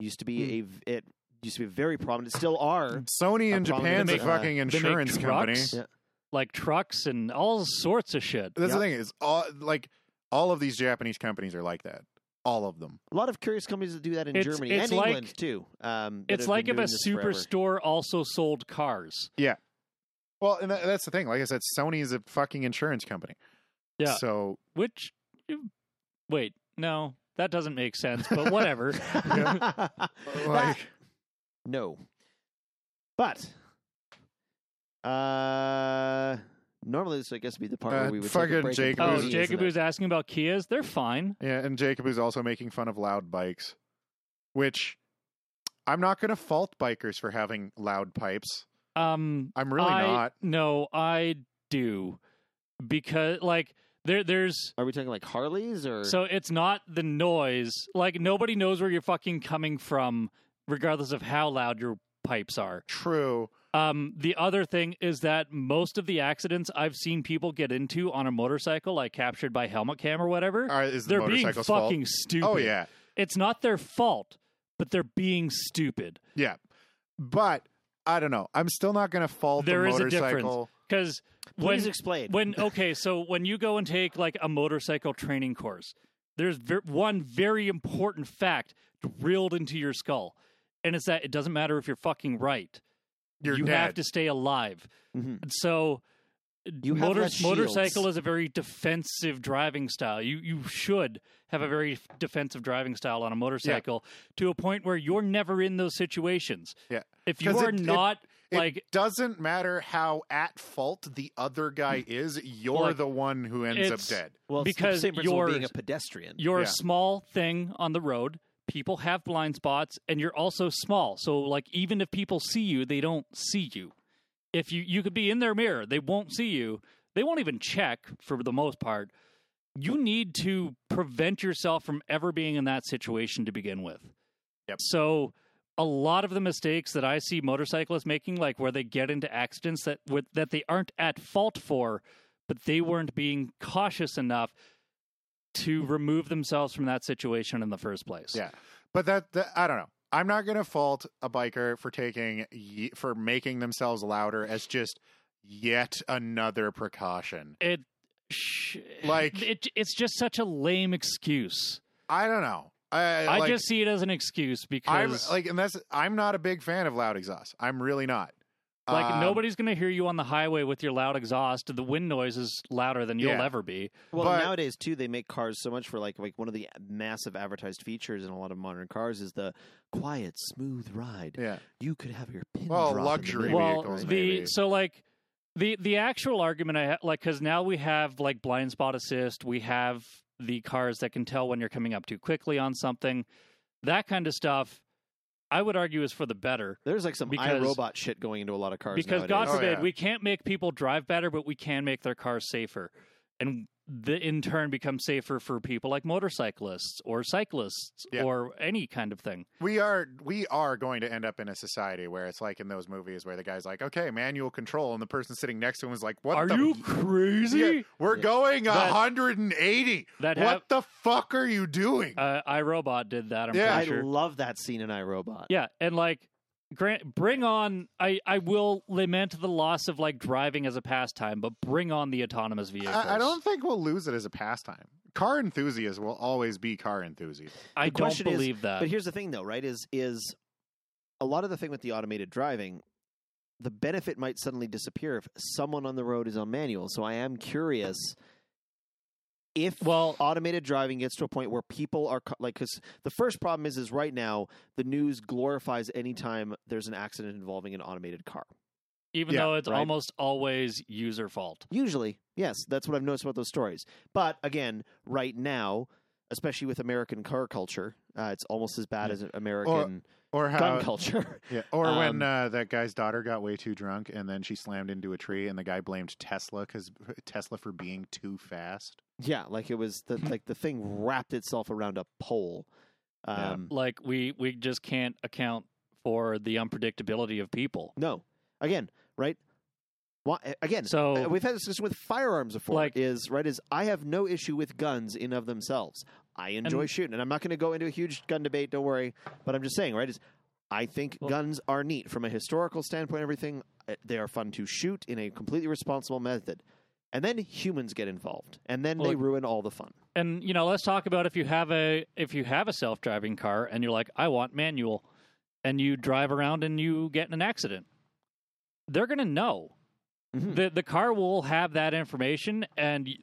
C: used to
A: Hmm.
C: be a it used to be very prominent. Still are.
B: Sony in
C: That's wrong.
B: Japan's
A: They
B: a
A: make-
B: fucking
A: they make
B: insurance company.
A: trucks,
C: Yeah.
A: Like trucks and all sorts of shit.
B: That's
C: Yeah.
B: the thing is all like all of these Japanese companies are like that. All of them.
C: A lot of curious companies that do that in
A: It's-
C: Germany
A: it's
C: and
A: like-
C: England too. Um, that
A: It's
C: have
A: like
C: been
A: if a
C: doing this forever.
A: superstore also sold cars.
B: Well, and that, that's the thing. Like I said, Sony is a fucking insurance company.
A: Yeah.
B: So
A: Which wait, no, that doesn't make sense, but whatever.
C: That-
B: like,
C: no, but uh, normally this I guess would be the part
B: Uh,
C: where we would take a
B: fucking
C: break
B: Jacob
C: and
A: oh,
B: Who's-
C: breathe,
A: Jacob
C: isn't
A: was asking about Kias. They're fine.
B: yeah, and Jacob is also making fun of loud bikes, which I'm not going to fault bikers for having loud pipes.
A: Um
B: I'm really
A: I-
B: not.
A: No, I do. Because like there there's
C: it? Are we talking like Harleys or
A: So it's not the noise. Like nobody knows where you're fucking coming from, regardless of how loud your pipes are.
B: True.
A: Um, the other thing is that most of the accidents I've seen people get into on a motorcycle, like captured by helmet cam or whatever,
B: Are, is
A: they're
B: the
A: being
B: motorcycle's fault?
A: fucking stupid.
B: Oh yeah,
A: it's not their fault, but they're being stupid.
B: yeah. But I don't know. I'm still not going to fault
A: There
B: the
A: is a
B: motorcycle.
A: difference. Because when
C: please explain?
A: when okay so when you go and take like a motorcycle training course there's ver- one very important fact drilled into your skull and it's that it doesn't matter if you're fucking right
B: You're
A: you
B: dead. Mm-hmm.
A: have to stay alive
C: Mhm.
A: And so
C: You have
A: motor-
C: less shields.
A: motorcycle is a very defensive driving style you you should have a very f- defensive driving style on a motorcycle to a point where you're never in those situations
B: Yeah.
A: if you
B: 'Cause
A: are
B: it- it-
A: not
B: It
A: like
B: doesn't matter how at fault the other guy is. You're
A: Mm. Like,
B: the one who ends up
A: it's-
B: dead.
C: well, it's the
A: because
C: same principle of
A: yours-
C: being a pedestrian.
A: You're
B: Yeah.
A: a small thing on the road. People have blind spots, and you're also small. So, like, even if people see you, they don't see you. If you you could be in their mirror, they won't see you. They won't even check for the most part. You need to prevent yourself from ever being in that situation to begin with.
B: Yep.
A: So a lot of the mistakes that I see motorcyclists making, like where they get into accidents that with, that they aren't at fault for, but they weren't being cautious enough to remove themselves from that situation in the first place.
B: Yeah. But that, that I don't know. I'm not going to fault a biker for taking ye- for making themselves louder as just yet another precaution.
A: It sh-
B: Like-
A: it, it's just such a lame excuse.
B: I don't know. I,
A: I
B: like,
A: just see it as an excuse
B: I'm
A: because like,
B: like and that's I'm not a big fan of loud exhaust. I'm really not. Um,
A: nobody's going to hear you on the highway with your loud exhaust. The wind noise is louder than you'll
B: Yeah.
A: ever be.
C: Well,
B: But-
C: nowadays too, they make cars so much for like like one of the massive advertised features in a lot of modern cars is the quiet, smooth ride.
B: Yeah.
C: You could have your pin
B: Well,
C: drop in the
B: luxury
C: middle.
A: well,
B: vehicles,
A: the
B: maybe.
A: so like the the actual argument I ha- like because now we have like blind spot assist. We have the cars that can tell when you're coming up too quickly on something. That kind of stuff, I would argue, is for the better.
C: There's like some
A: Because-
C: iRobot shit going into a lot of cars
A: Because
C: nowadays.
A: God
B: Oh,
A: forbid,
B: yeah.
A: we can't make people drive better, but we can make their cars safer, and the, in turn become safer for people like motorcyclists or cyclists
B: Yeah.
A: or any kind of thing.
B: we are we are going to end up in a society where it's like in those movies where the guy's like, "Okay, manual control," and the person sitting next to him is like, "What
A: Are
B: the
A: you
B: Yeah,
A: crazy?
B: we're
C: Yeah.
B: going
A: That-
B: 180.
A: That
B: what
A: hap-
B: the fuck are you doing?"
A: uh, iRobot did that. I'm
B: Oh, Yeah.
C: I
A: pretty sure.
C: love that scene in iRobot.
A: Yeah, and like grant bring on I I will lament the loss of like driving as a pastime, but bring on the autonomous vehicles.
B: I, I don't think we'll lose it as a pastime. Car enthusiasts will always be car enthusiasts.
A: I
C: The
A: don't
C: question is-
A: believe that.
C: But here's the thing, though, right? Is is a lot of the thing with the automated driving, the benefit might suddenly disappear if someone on the road is on manual. So I am curious if
A: well,
C: automated driving gets to a point where people are co- like, because the first problem is, is right now the news glorifies anytime there's an accident involving an automated car.
A: even
B: yeah,
A: though it's
C: right.
A: almost always user fault.
C: Usually, yes, that's what I've noticed about those stories. But again, right now, especially with American car culture, uh, it's almost as bad
A: Yeah.
C: as American
B: Or
C: gun
B: how?
C: culture.
B: Yeah, or when
C: Um,
B: uh, that guy's daughter got way too drunk and then she slammed into a tree, and the guy blamed Tesla because Tesla for being too fast.
C: Yeah, like it was the like the thing wrapped itself around a pole.
B: Yeah.
C: Um,
A: Like we we just can't account for the unpredictability of people.
C: No, again, right? Why, again,
A: So-
C: uh, we've had this discussion with firearms before.
A: Like-
C: is right? Is I have no issue with guns in of themselves. I enjoy
A: And-
C: shooting, and I'm not going to go into a huge gun debate. Don't worry, but I'm just saying, right? Is I think
A: Well-
C: guns are neat from a historical standpoint. Everything uh, they are fun to shoot in a completely responsible method. And then humans get involved, and then
A: Well,
C: they
A: like-
C: ruin all the fun.
A: And you know, let's talk about if you have a if you have a self driving car and you're like, I want manual, and you drive around and you get in an accident. They're gonna know.
C: Mhm.
A: the the car will have that information and y-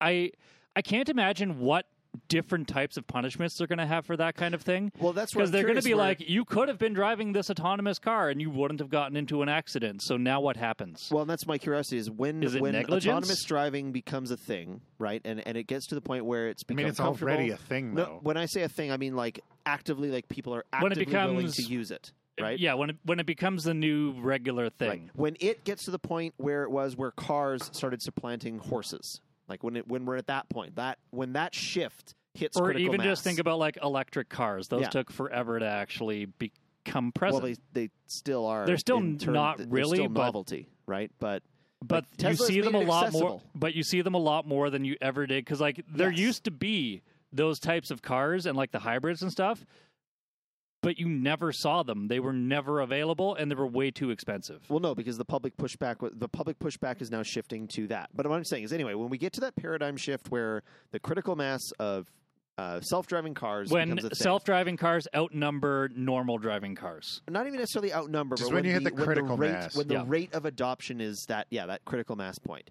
A: i i can't imagine what different types of punishments they're going to have for that kind of thing
C: Well, that's
A: because they're
C: going to
A: be like you could have been driving this autonomous car and you wouldn't have gotten into an accident so now what happens
C: Well, and that's my curiosity is when
A: Is it
C: when
A: negligence?
C: autonomous driving becomes a thing, right? And and it gets to the point where it's
B: I
C: become
B: mean, it's
C: comfortable.
B: already a thing,
C: no,
B: though.
C: when I say a thing, I mean like actively, like people are
A: When it
C: actively willing
A: becomes-
C: to use it, right?
A: yeah when it, when it becomes the new regular thing
C: Right. When it gets to the point where it was where cars started supplanting horses, like when it when we're at that point, that when that shift hits,
A: or
C: critical
A: even
C: mass,
A: just think about like electric cars those
C: Yeah.
A: took forever to actually become
C: well,
A: present
C: they they still are.
A: They're still
C: in term-
A: not
C: they're
A: really,
C: still
A: but-
C: novelty, right? But
A: but
C: Like, Tesla's
A: you see them a
C: made it
A: lot more
C: accessible.
A: but you see them a lot more than you ever did because like there
C: Yes.
A: used to be those types of cars and like the hybrids and stuff but you never saw them they were never available and they were way too expensive
C: Well, no, because the public pushback wa- the public pushback is now shifting to that. But what I'm saying is, anyway, when we get to that paradigm shift where the critical mass of uh, self-driving cars
A: when
C: becomes a thing,
A: self-driving cars outnumber normal driving cars
C: not even necessarily outnumber,
B: Just
C: but
B: when you hit the
C: when
B: critical
C: rate,
B: mass.
C: when the
A: Yeah.
C: rate of adoption is that yeah that critical mass point.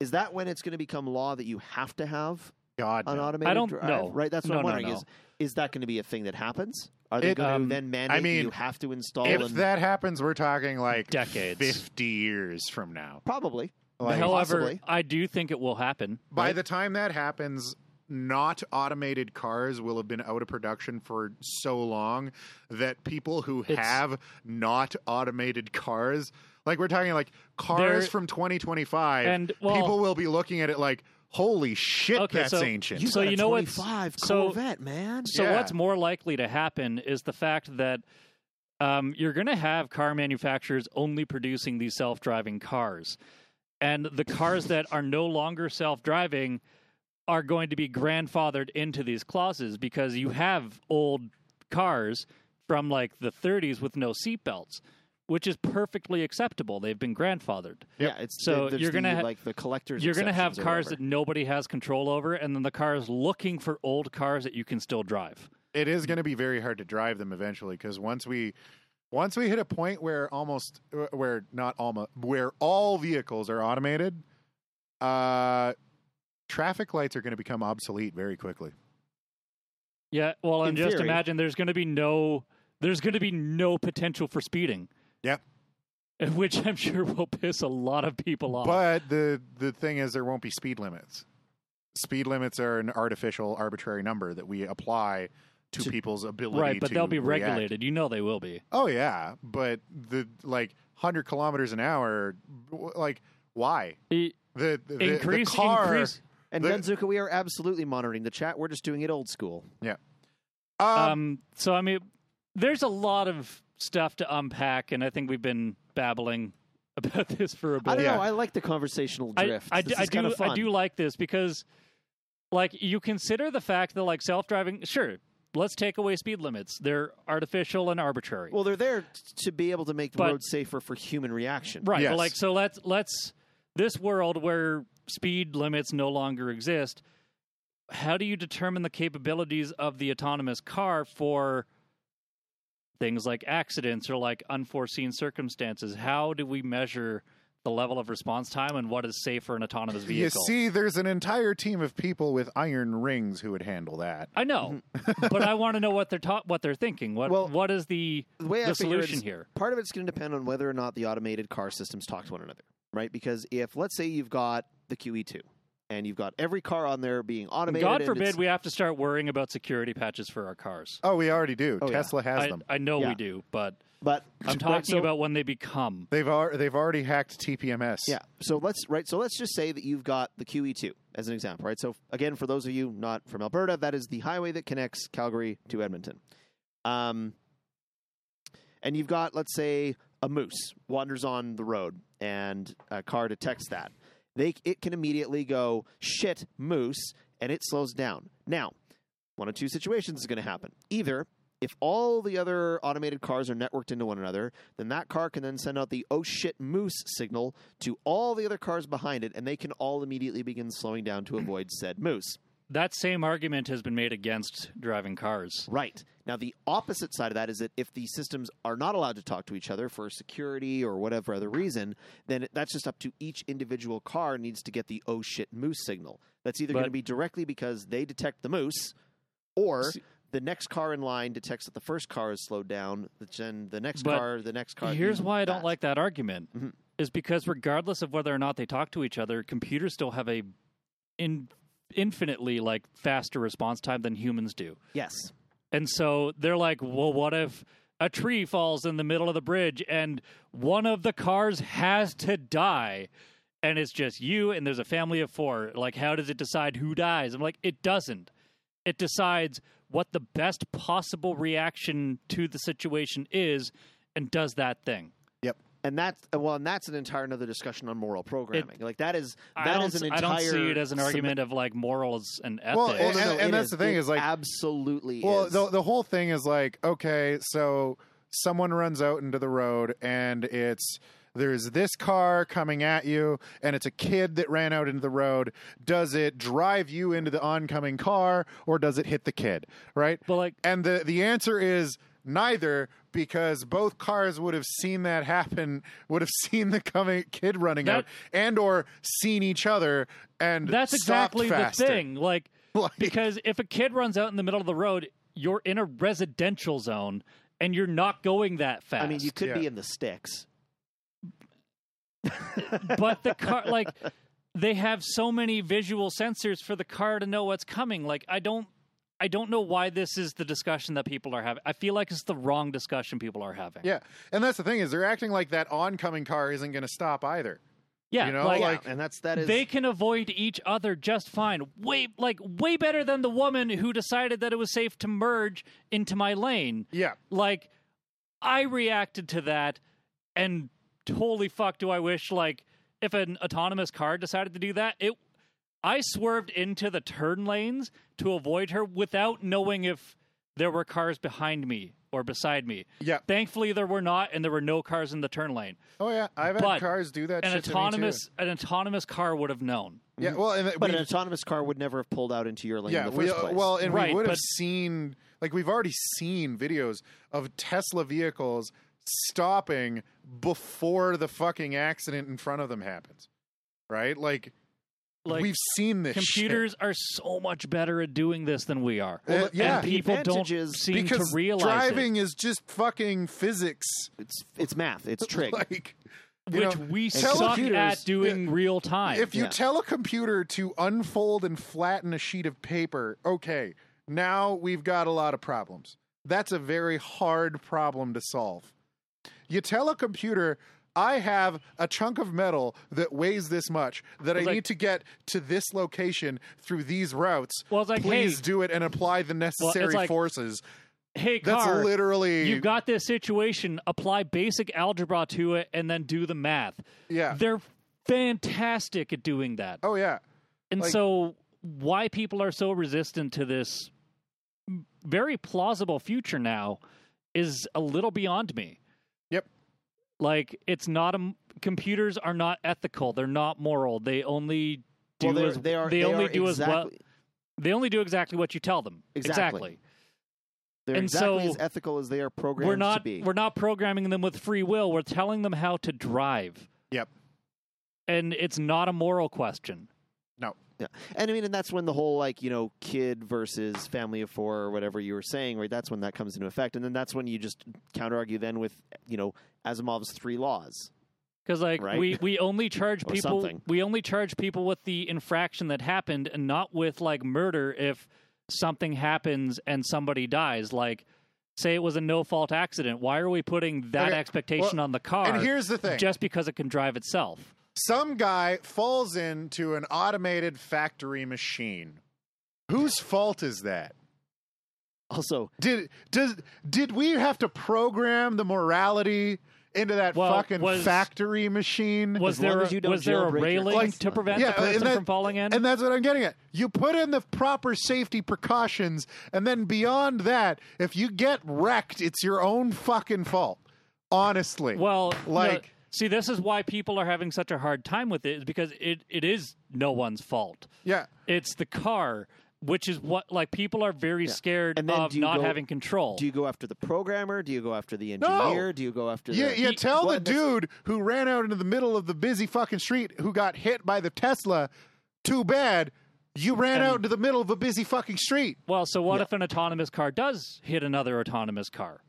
C: Is that when it's going to become law that you have to have
B: God,
C: an
B: no.
C: automated?
A: I don't
C: drive?
A: know.
C: Right, that's what
A: No,
C: I'm
A: no,
C: wondering.
A: no.
C: Is is that going to be a thing that happens? Are they
B: It,
C: going to
A: um,
C: then mandate
B: I mean,
C: you have to install?
B: if
C: and-
B: that happens, we're talking like
A: Decades.
B: fifty years from now.
C: probably.
B: Like,
A: however
C: Oh, possibly.
A: i do think it will happen
B: By
C: right?
B: the time that happens, not automated cars will have been out of production for so long that people who
A: It's-
B: have not automated cars, like we're talking like cars
A: They're-
B: from 2025,
A: and, well-
B: people will be looking at it like, Holy shit,
A: Okay,
B: that's
A: so
B: ancient.
A: you- So
C: got a
A: know what's-
C: 25
A: so-
C: Corvette, man.
A: So
B: Yeah.
A: what's more likely to happen is the fact that um, you're going to have car manufacturers only producing these self-driving cars, and the cars that are no longer self-driving are going to be grandfathered into these clauses because you have old cars from like the 30s with no seatbelts, which is perfectly acceptable. They've been grandfathered.
C: Yeah, it's
A: So
C: there's
A: you're
C: the,
A: gonna ha-
C: like the collectors.
A: You're going to have
C: exceptions or
A: cars that
C: whatever.
A: nobody has control over, and then the cars looking for old cars that you can still drive.
B: it is going to be very hard to drive them eventually because once we once we hit a point where almost uh, where not almost where all vehicles are automated uh traffic lights are going to become obsolete very quickly
A: Yeah, well, and
C: In
A: just
C: theory.
A: imagine there's going to be no there's going to be no potential for speeding.
B: Yep.
A: Which I'm sure will piss a lot of people off.
B: but the the thing is there won't be speed limits speed limits are an artificial arbitrary number that we apply to,
C: To-
B: people's ability
A: right, but
B: to
A: they'll be
B: react.
A: regulated. You know they will be.
B: oh yeah but the like 100 kilometers an hour w- like why
A: E-
B: the, the the-
A: increase,
B: the car
A: increase.
C: And
B: the-
C: Benzuka, we are absolutely monitoring the chat. We're just doing it old school. uh,
B: um,
A: Um, so I mean, there's a lot of stuff to unpack, and I think we've been babbling about this for a bit.
C: I don't
B: Yeah.
C: know. I like the conversational
A: I-
C: drift.
A: I, d-
C: This
A: I
C: is kinda
A: do
C: fun.
A: I do like this because like you consider the fact that like self-driving sure let's take away speed limits they're artificial and arbitrary
C: Well, they're there t- to be able to make the
A: But-
C: road safer for human reaction.
A: right
B: Yes.
A: but like so let's let's this world where speed limits no longer exist how do you determine the capabilities of the autonomous car for things like accidents or like unforeseen circumstances how do we measure the level of response time and what is safe for an autonomous vehicle
B: You see, there's an entire team of people with iron rings who would handle that.
A: I know, but I want to know what they're ta- what they're thinking. What
C: Mm-hmm. Well,
A: what is the
C: The way I
A: the
C: figure it
A: solution
C: is-
A: here?
C: part of it's going to depend on whether or not the automated car systems talk to one another, right? Because if let's say you've got the QE2 and you've got every car on there being automated,
A: God
C: and
A: forbid
C: it's-
A: we have to start worrying about security patches for our cars.
B: Oh, we already do.
C: Oh, yeah.
B: Tesla has
A: I,
B: them.
A: I know
C: Yeah.
A: we do, but
C: but
A: I'm
C: right,
A: talking
C: so-
A: about when they become.
B: They've al- they've already hacked TPMS.
C: Yeah. So let's right. So let's just say that you've got the QE2 as an example, right? So again, for those of you not from Alberta, that is the highway that connects Calgary to Edmonton. Um, and you've got, let's say, a moose wanders on the road, and a car detects that. They it can immediately go shit moose, and it slows down. Now, one of two situations is going to happen. Either if all the other automated cars are networked into one another, then that car can then send out the oh shit moose signal to all the other cars behind it, and they can all immediately begin slowing down to avoid said moose.
A: That same argument has been made against driving cars.
C: Right. Now, the opposite side of that is that if the systems are not allowed to talk to each other for security or whatever other reason, then that's just up to each individual car needs to get the oh shit moose signal. That's either
A: But-
C: going to be directly because they detect the moose or. The next car in line detects that the first car is slowed down. Then the next
A: But
C: car, the next car.
A: Here's
C: the-
A: why I don't
C: that.
A: like that argument
C: Mhm.
A: is because regardless of whether or not they talk to each other, computers still have a in, infinitely like faster response time than humans do.
C: Yes.
A: And so they're like, well, what if a tree falls in the middle of the bridge and one of the cars has to die? And it's just you and there's a family of four. Like, how does it decide who dies? I'm like, it doesn't. It decides what the best possible reaction to the situation is and does that thing.
C: and that's uh, well, and that's an entire another discussion on moral programming. like that is
A: I,
C: that
A: don't,
C: is an
A: I
C: entire.
A: don't see it as an
C: sub-
A: argument of like morals and ethics.
B: Well,
C: Well, no, no,
B: And-
C: it
B: and that's the thing
C: It
B: is, like-
C: absolutely.
B: Well,
C: is.
B: the the whole thing is like, okay, so someone runs out into the road and it's there's this car coming at you and it's a kid that ran out into the road. Does it drive you into the oncoming car or does it hit the kid? Right?
A: but like,
B: And the the answer is neither because both cars would have seen that happen, would have seen the coming kid running
A: That-
B: out and or seen each other and
A: that's
B: stopped
A: exactly
B: faster.
A: the thing. Like,
B: Like,
A: Because if a kid runs out in the middle of the road, you're in a residential zone and you're not going that fast.
C: I mean, you could be
B: Yeah.
C: in the sticks.
A: but the car like they have so many visual sensors for the car to know what's coming. Like I don't I don't know why this is the discussion that people are having. I feel like it's the wrong discussion people are having.
B: yeah. And that's the thing is they're acting like that oncoming car isn't going to stop either.
A: Yeah,
B: You know,
A: like,
B: like-
C: and that's that is
A: they can avoid each other just fine. Way like way better than the woman who decided that it was safe to merge into my lane.
B: Yeah.
A: Like I reacted to that and totally fuck do I wish like if an autonomous car decided to do that, it I swerved into the turn lanes to avoid her without knowing if there were cars behind me or beside me.
B: Yeah.
A: Thankfully there were not and there were no cars in the turn lane.
B: Oh yeah, I've had
A: But
B: cars do that.
A: An
B: shit to me, too.
A: autonomous an autonomous car would have known.
B: Yeah. Well, and that
C: but
B: we-
C: an autonomous car would never have pulled out into your lane
B: yeah.
C: in the
B: we,
C: first place.
B: Well, and
A: Right,
B: we would have
A: but-
B: seen like we've already seen videos of Tesla vehicles stopping before the fucking accident in front of them happens. Right? Like,
A: Like
B: we've seen this. shit.
A: computers are so much better at doing this than we are.
B: Well,
A: and
B: Uh, yeah.
C: the
A: people don't
C: advantage is
A: seem
B: because
A: to realize it,
B: driving is just fucking physics.
C: it's it's math, it's trick.
B: Like, you
A: which
B: know,
A: we
B: tell
A: suck
B: computers- uh,
A: at doing real time.
B: if you
C: Yeah.
B: tell a computer to unfold and flatten a sheet of paper, okay, now we've got a lot of problems. That's a very hard problem to solve. You tell a computer, I have a chunk of metal that weighs this much that I
A: Like-
B: need to get to this location through these routes.
A: Well, it's like,
B: Please
A: hey-
B: do it and apply the necessary
A: like-
B: forces.
A: hey,
B: That's
A: car,
B: literally
A: you've got this situation. Apply basic algebra to it, and then do the math.
B: yeah.
A: They're fantastic at doing that,
B: oh yeah.
A: and
B: like-
A: so why people are so resistant to this very plausible future now is a little beyond me.
B: Yep.
A: Like it's not a computers are not ethical. They're not moral. They only do
C: well, they're-
A: as
C: they are
A: they,
C: they
A: only
C: are
A: do
C: exactly,
A: as well. They only do exactly what you tell them.
C: Exactly. They're
A: and
C: exactly
A: so
C: as ethical as they are programmed
A: We're not
C: to be.
A: we're not programming them with free will. We're telling them how to drive.
B: Yep.
A: And it's not a moral question.
C: Yeah. And I mean, and that's when the whole like, you know, kid versus family of four or whatever you were saying, right? That's when that comes into effect. And then that's when you just counter argue then with, you know, Asimov's three laws.
A: Because like
C: Right.
A: we, we only charge
C: Or
A: people
C: something.
A: we only charge people with the infraction that happened and not with like murder if something happens and somebody dies. Like say it was a no fault accident. Why are we putting that
B: Okay,
A: expectation
B: well,
A: on the car
B: And here's the thing.
A: just because it can drive itself?
B: some guy falls into an automated factory machine. Whose fault is that?
C: Also,
B: Did does did we have to program the morality into that
A: Well,
B: fucking
A: was-
B: factory machine?
A: Was
C: As long
A: there
C: as you
A: a,
C: don't
A: was there a
C: jailbreak your
A: railing
C: license.
A: to prevent
B: Yeah,
A: the
B: and
A: person
B: that-
A: from falling in?
B: and that's what I'm getting at. You put in the proper safety precautions, and then beyond that, if you get wrecked, it's your own fucking fault. Honestly,
A: Well, no,
B: Like-
A: see, this is why people are having such a hard time with it, is because it, it is no one's fault.
B: yeah.
A: It's the car, which is what like people are very scared
C: And then
A: of
C: do you
A: not
C: go-
A: having control.
C: do you go after the programmer? Do you go after the engineer? Do you go after
B: You,
C: the.
B: you tell
C: Well,
B: the dude who ran out into the middle of the busy fucking street who got hit by the Tesla, too bad. You ran out into the middle of a busy fucking street.
A: well, so what
C: Yeah.
A: if an autonomous car does hit another autonomous car?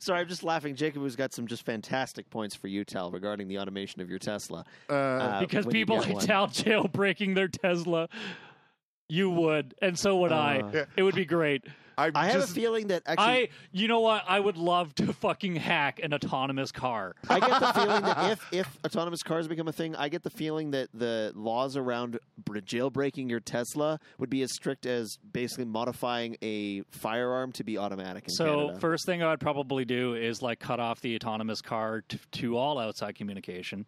C: Sorry, I'm just laughing. Jacob has got some just fantastic points for you, Tal, regarding the automation of your Tesla.
B: Uh,
C: Uh,
A: Because
C: when you
A: people
C: get
A: like
C: one.
A: Tal jailbreaking their Tesla. You would, and so would
C: Uh.
A: I. It would be great.
C: I have a
B: just-
C: feeling that actually.
A: I, you know what? I would love to fucking hack an autonomous car.
C: I get the feeling that if, if autonomous cars become a thing, I get the feeling that the laws around br- jailbreaking your Tesla would be as strict as basically modifying a firearm to be automatic in
A: So
C: Canada.
A: first thing I would probably do is like cut off the autonomous car to, to all outside communication.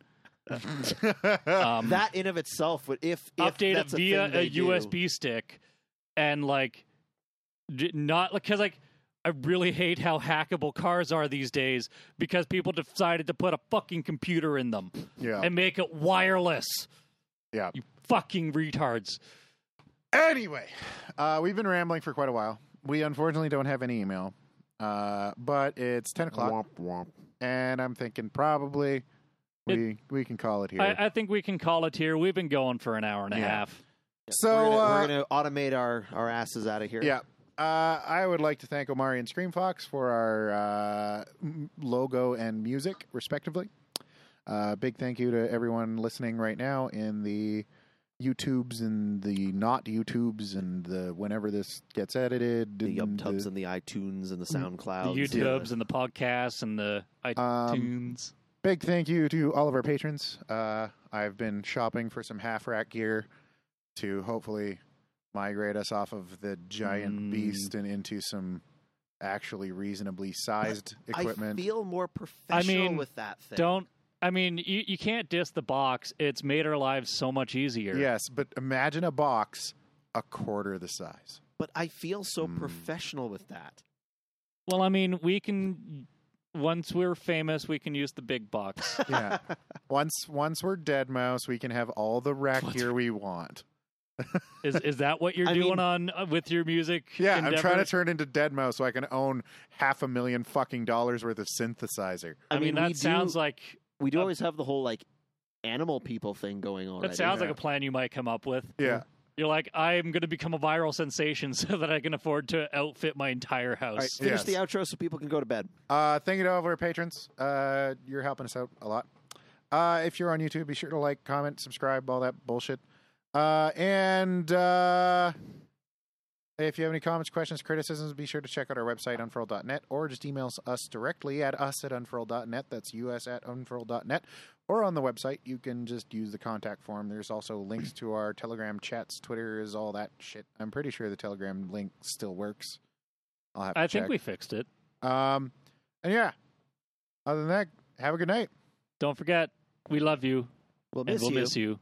A: um,
C: that in of itself would if, if
A: update it
C: that's
A: via
C: thing they
A: a,
C: do-
A: USB stick, and like d- not because like I really hate how hackable cars are these days because people decided to put a fucking computer in them
C: Oh.
B: yeah.
A: and make it wireless.
B: Yeah.
A: You fucking retards.
B: Anyway, uh, we've been rambling for quite a while. We unfortunately don't have any email, uh, but it's 10 o'clock,
C: Womp, womp.
B: and I'm thinking probably we, we can call it here.
A: I, I think we can call it here. We've been going for an hour and a
B: Yeah.
A: half.
B: so,
C: we're, gonna,
B: uh,
C: we're gonna automate our, our asses out of here.
B: Yeah. Uh, I would like to thank Omari and Scream Fox for our uh, m- logo and music, respectively. Uh, big thank you to everyone listening right now in the YouTubes and the not YouTubes and the whenever this gets edited.
C: The
B: and
C: YubTubs
A: Mm-hmm.
C: and the iTunes and the SoundClouds.
A: The YouTubes and the podcasts and the
B: um,
A: iTunes.
B: Big thank you to all of our patrons. Uh, I've been shopping for some half rack gear to hopefully migrate us off of the giant
A: Mm.
B: beast and into some actually reasonably sized equipment.
C: I feel more professional
A: mean,
C: with that thing.
A: Don't. I mean, you, you can't diss the box. It's made our lives so much easier.
B: yes, but imagine a box a quarter the size.
C: But I feel so
B: Mm.
C: professional with that.
A: Well, I mean, we can. Once we're famous, we can use the big box.
B: Yeah. once once we're dead mouse, we can have all the rack
A: Once
B: gear we want.
A: is is that what you're
C: I
A: doing
C: mean-
A: on uh, with your music?
B: Yeah, I'm trying to
A: endeavors?
B: turn into dead mouse so I can own half a million fucking dollars worth of synthesizer.
A: I, mean,
C: we
A: that sounds
C: do,
A: like
C: we do
A: uh,
C: always have the whole like animal people thing going on.
A: that sounds like
B: yeah.
A: a plan you might come up with.
B: Yeah.
A: You're like, I'm going to become a viral sensation so that I can afford to outfit my entire house.
C: All right, finish
B: Yes.
C: the outro so people can go to bed.
B: Uh, thank you to all of our patrons. Uh, you're helping us out a lot. Uh, if you're on YouTube, be sure to like, comment, subscribe, all that bullshit. Uh, and uh, if you have any comments, questions, criticisms, be sure to check out our website, unfurl.net, or just email us directly at us at unfurl.net. That's us at unfurl.net. Or on the website, you can just use the contact form. There's also links to our Telegram chats, Twitters, all that shit. I'm pretty sure the Telegram link still works. I'll have to
A: I
B: check.
A: think we fixed it.
B: Um, and yeah, other than that, have a good night.
A: Don't forget, we love you
C: We'll
A: and
C: miss
A: we'll
C: you.
A: miss you.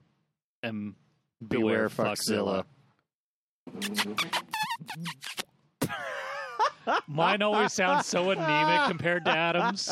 A: And beware, Foxzilla. Mine always sounds so anemic compared to Adam's.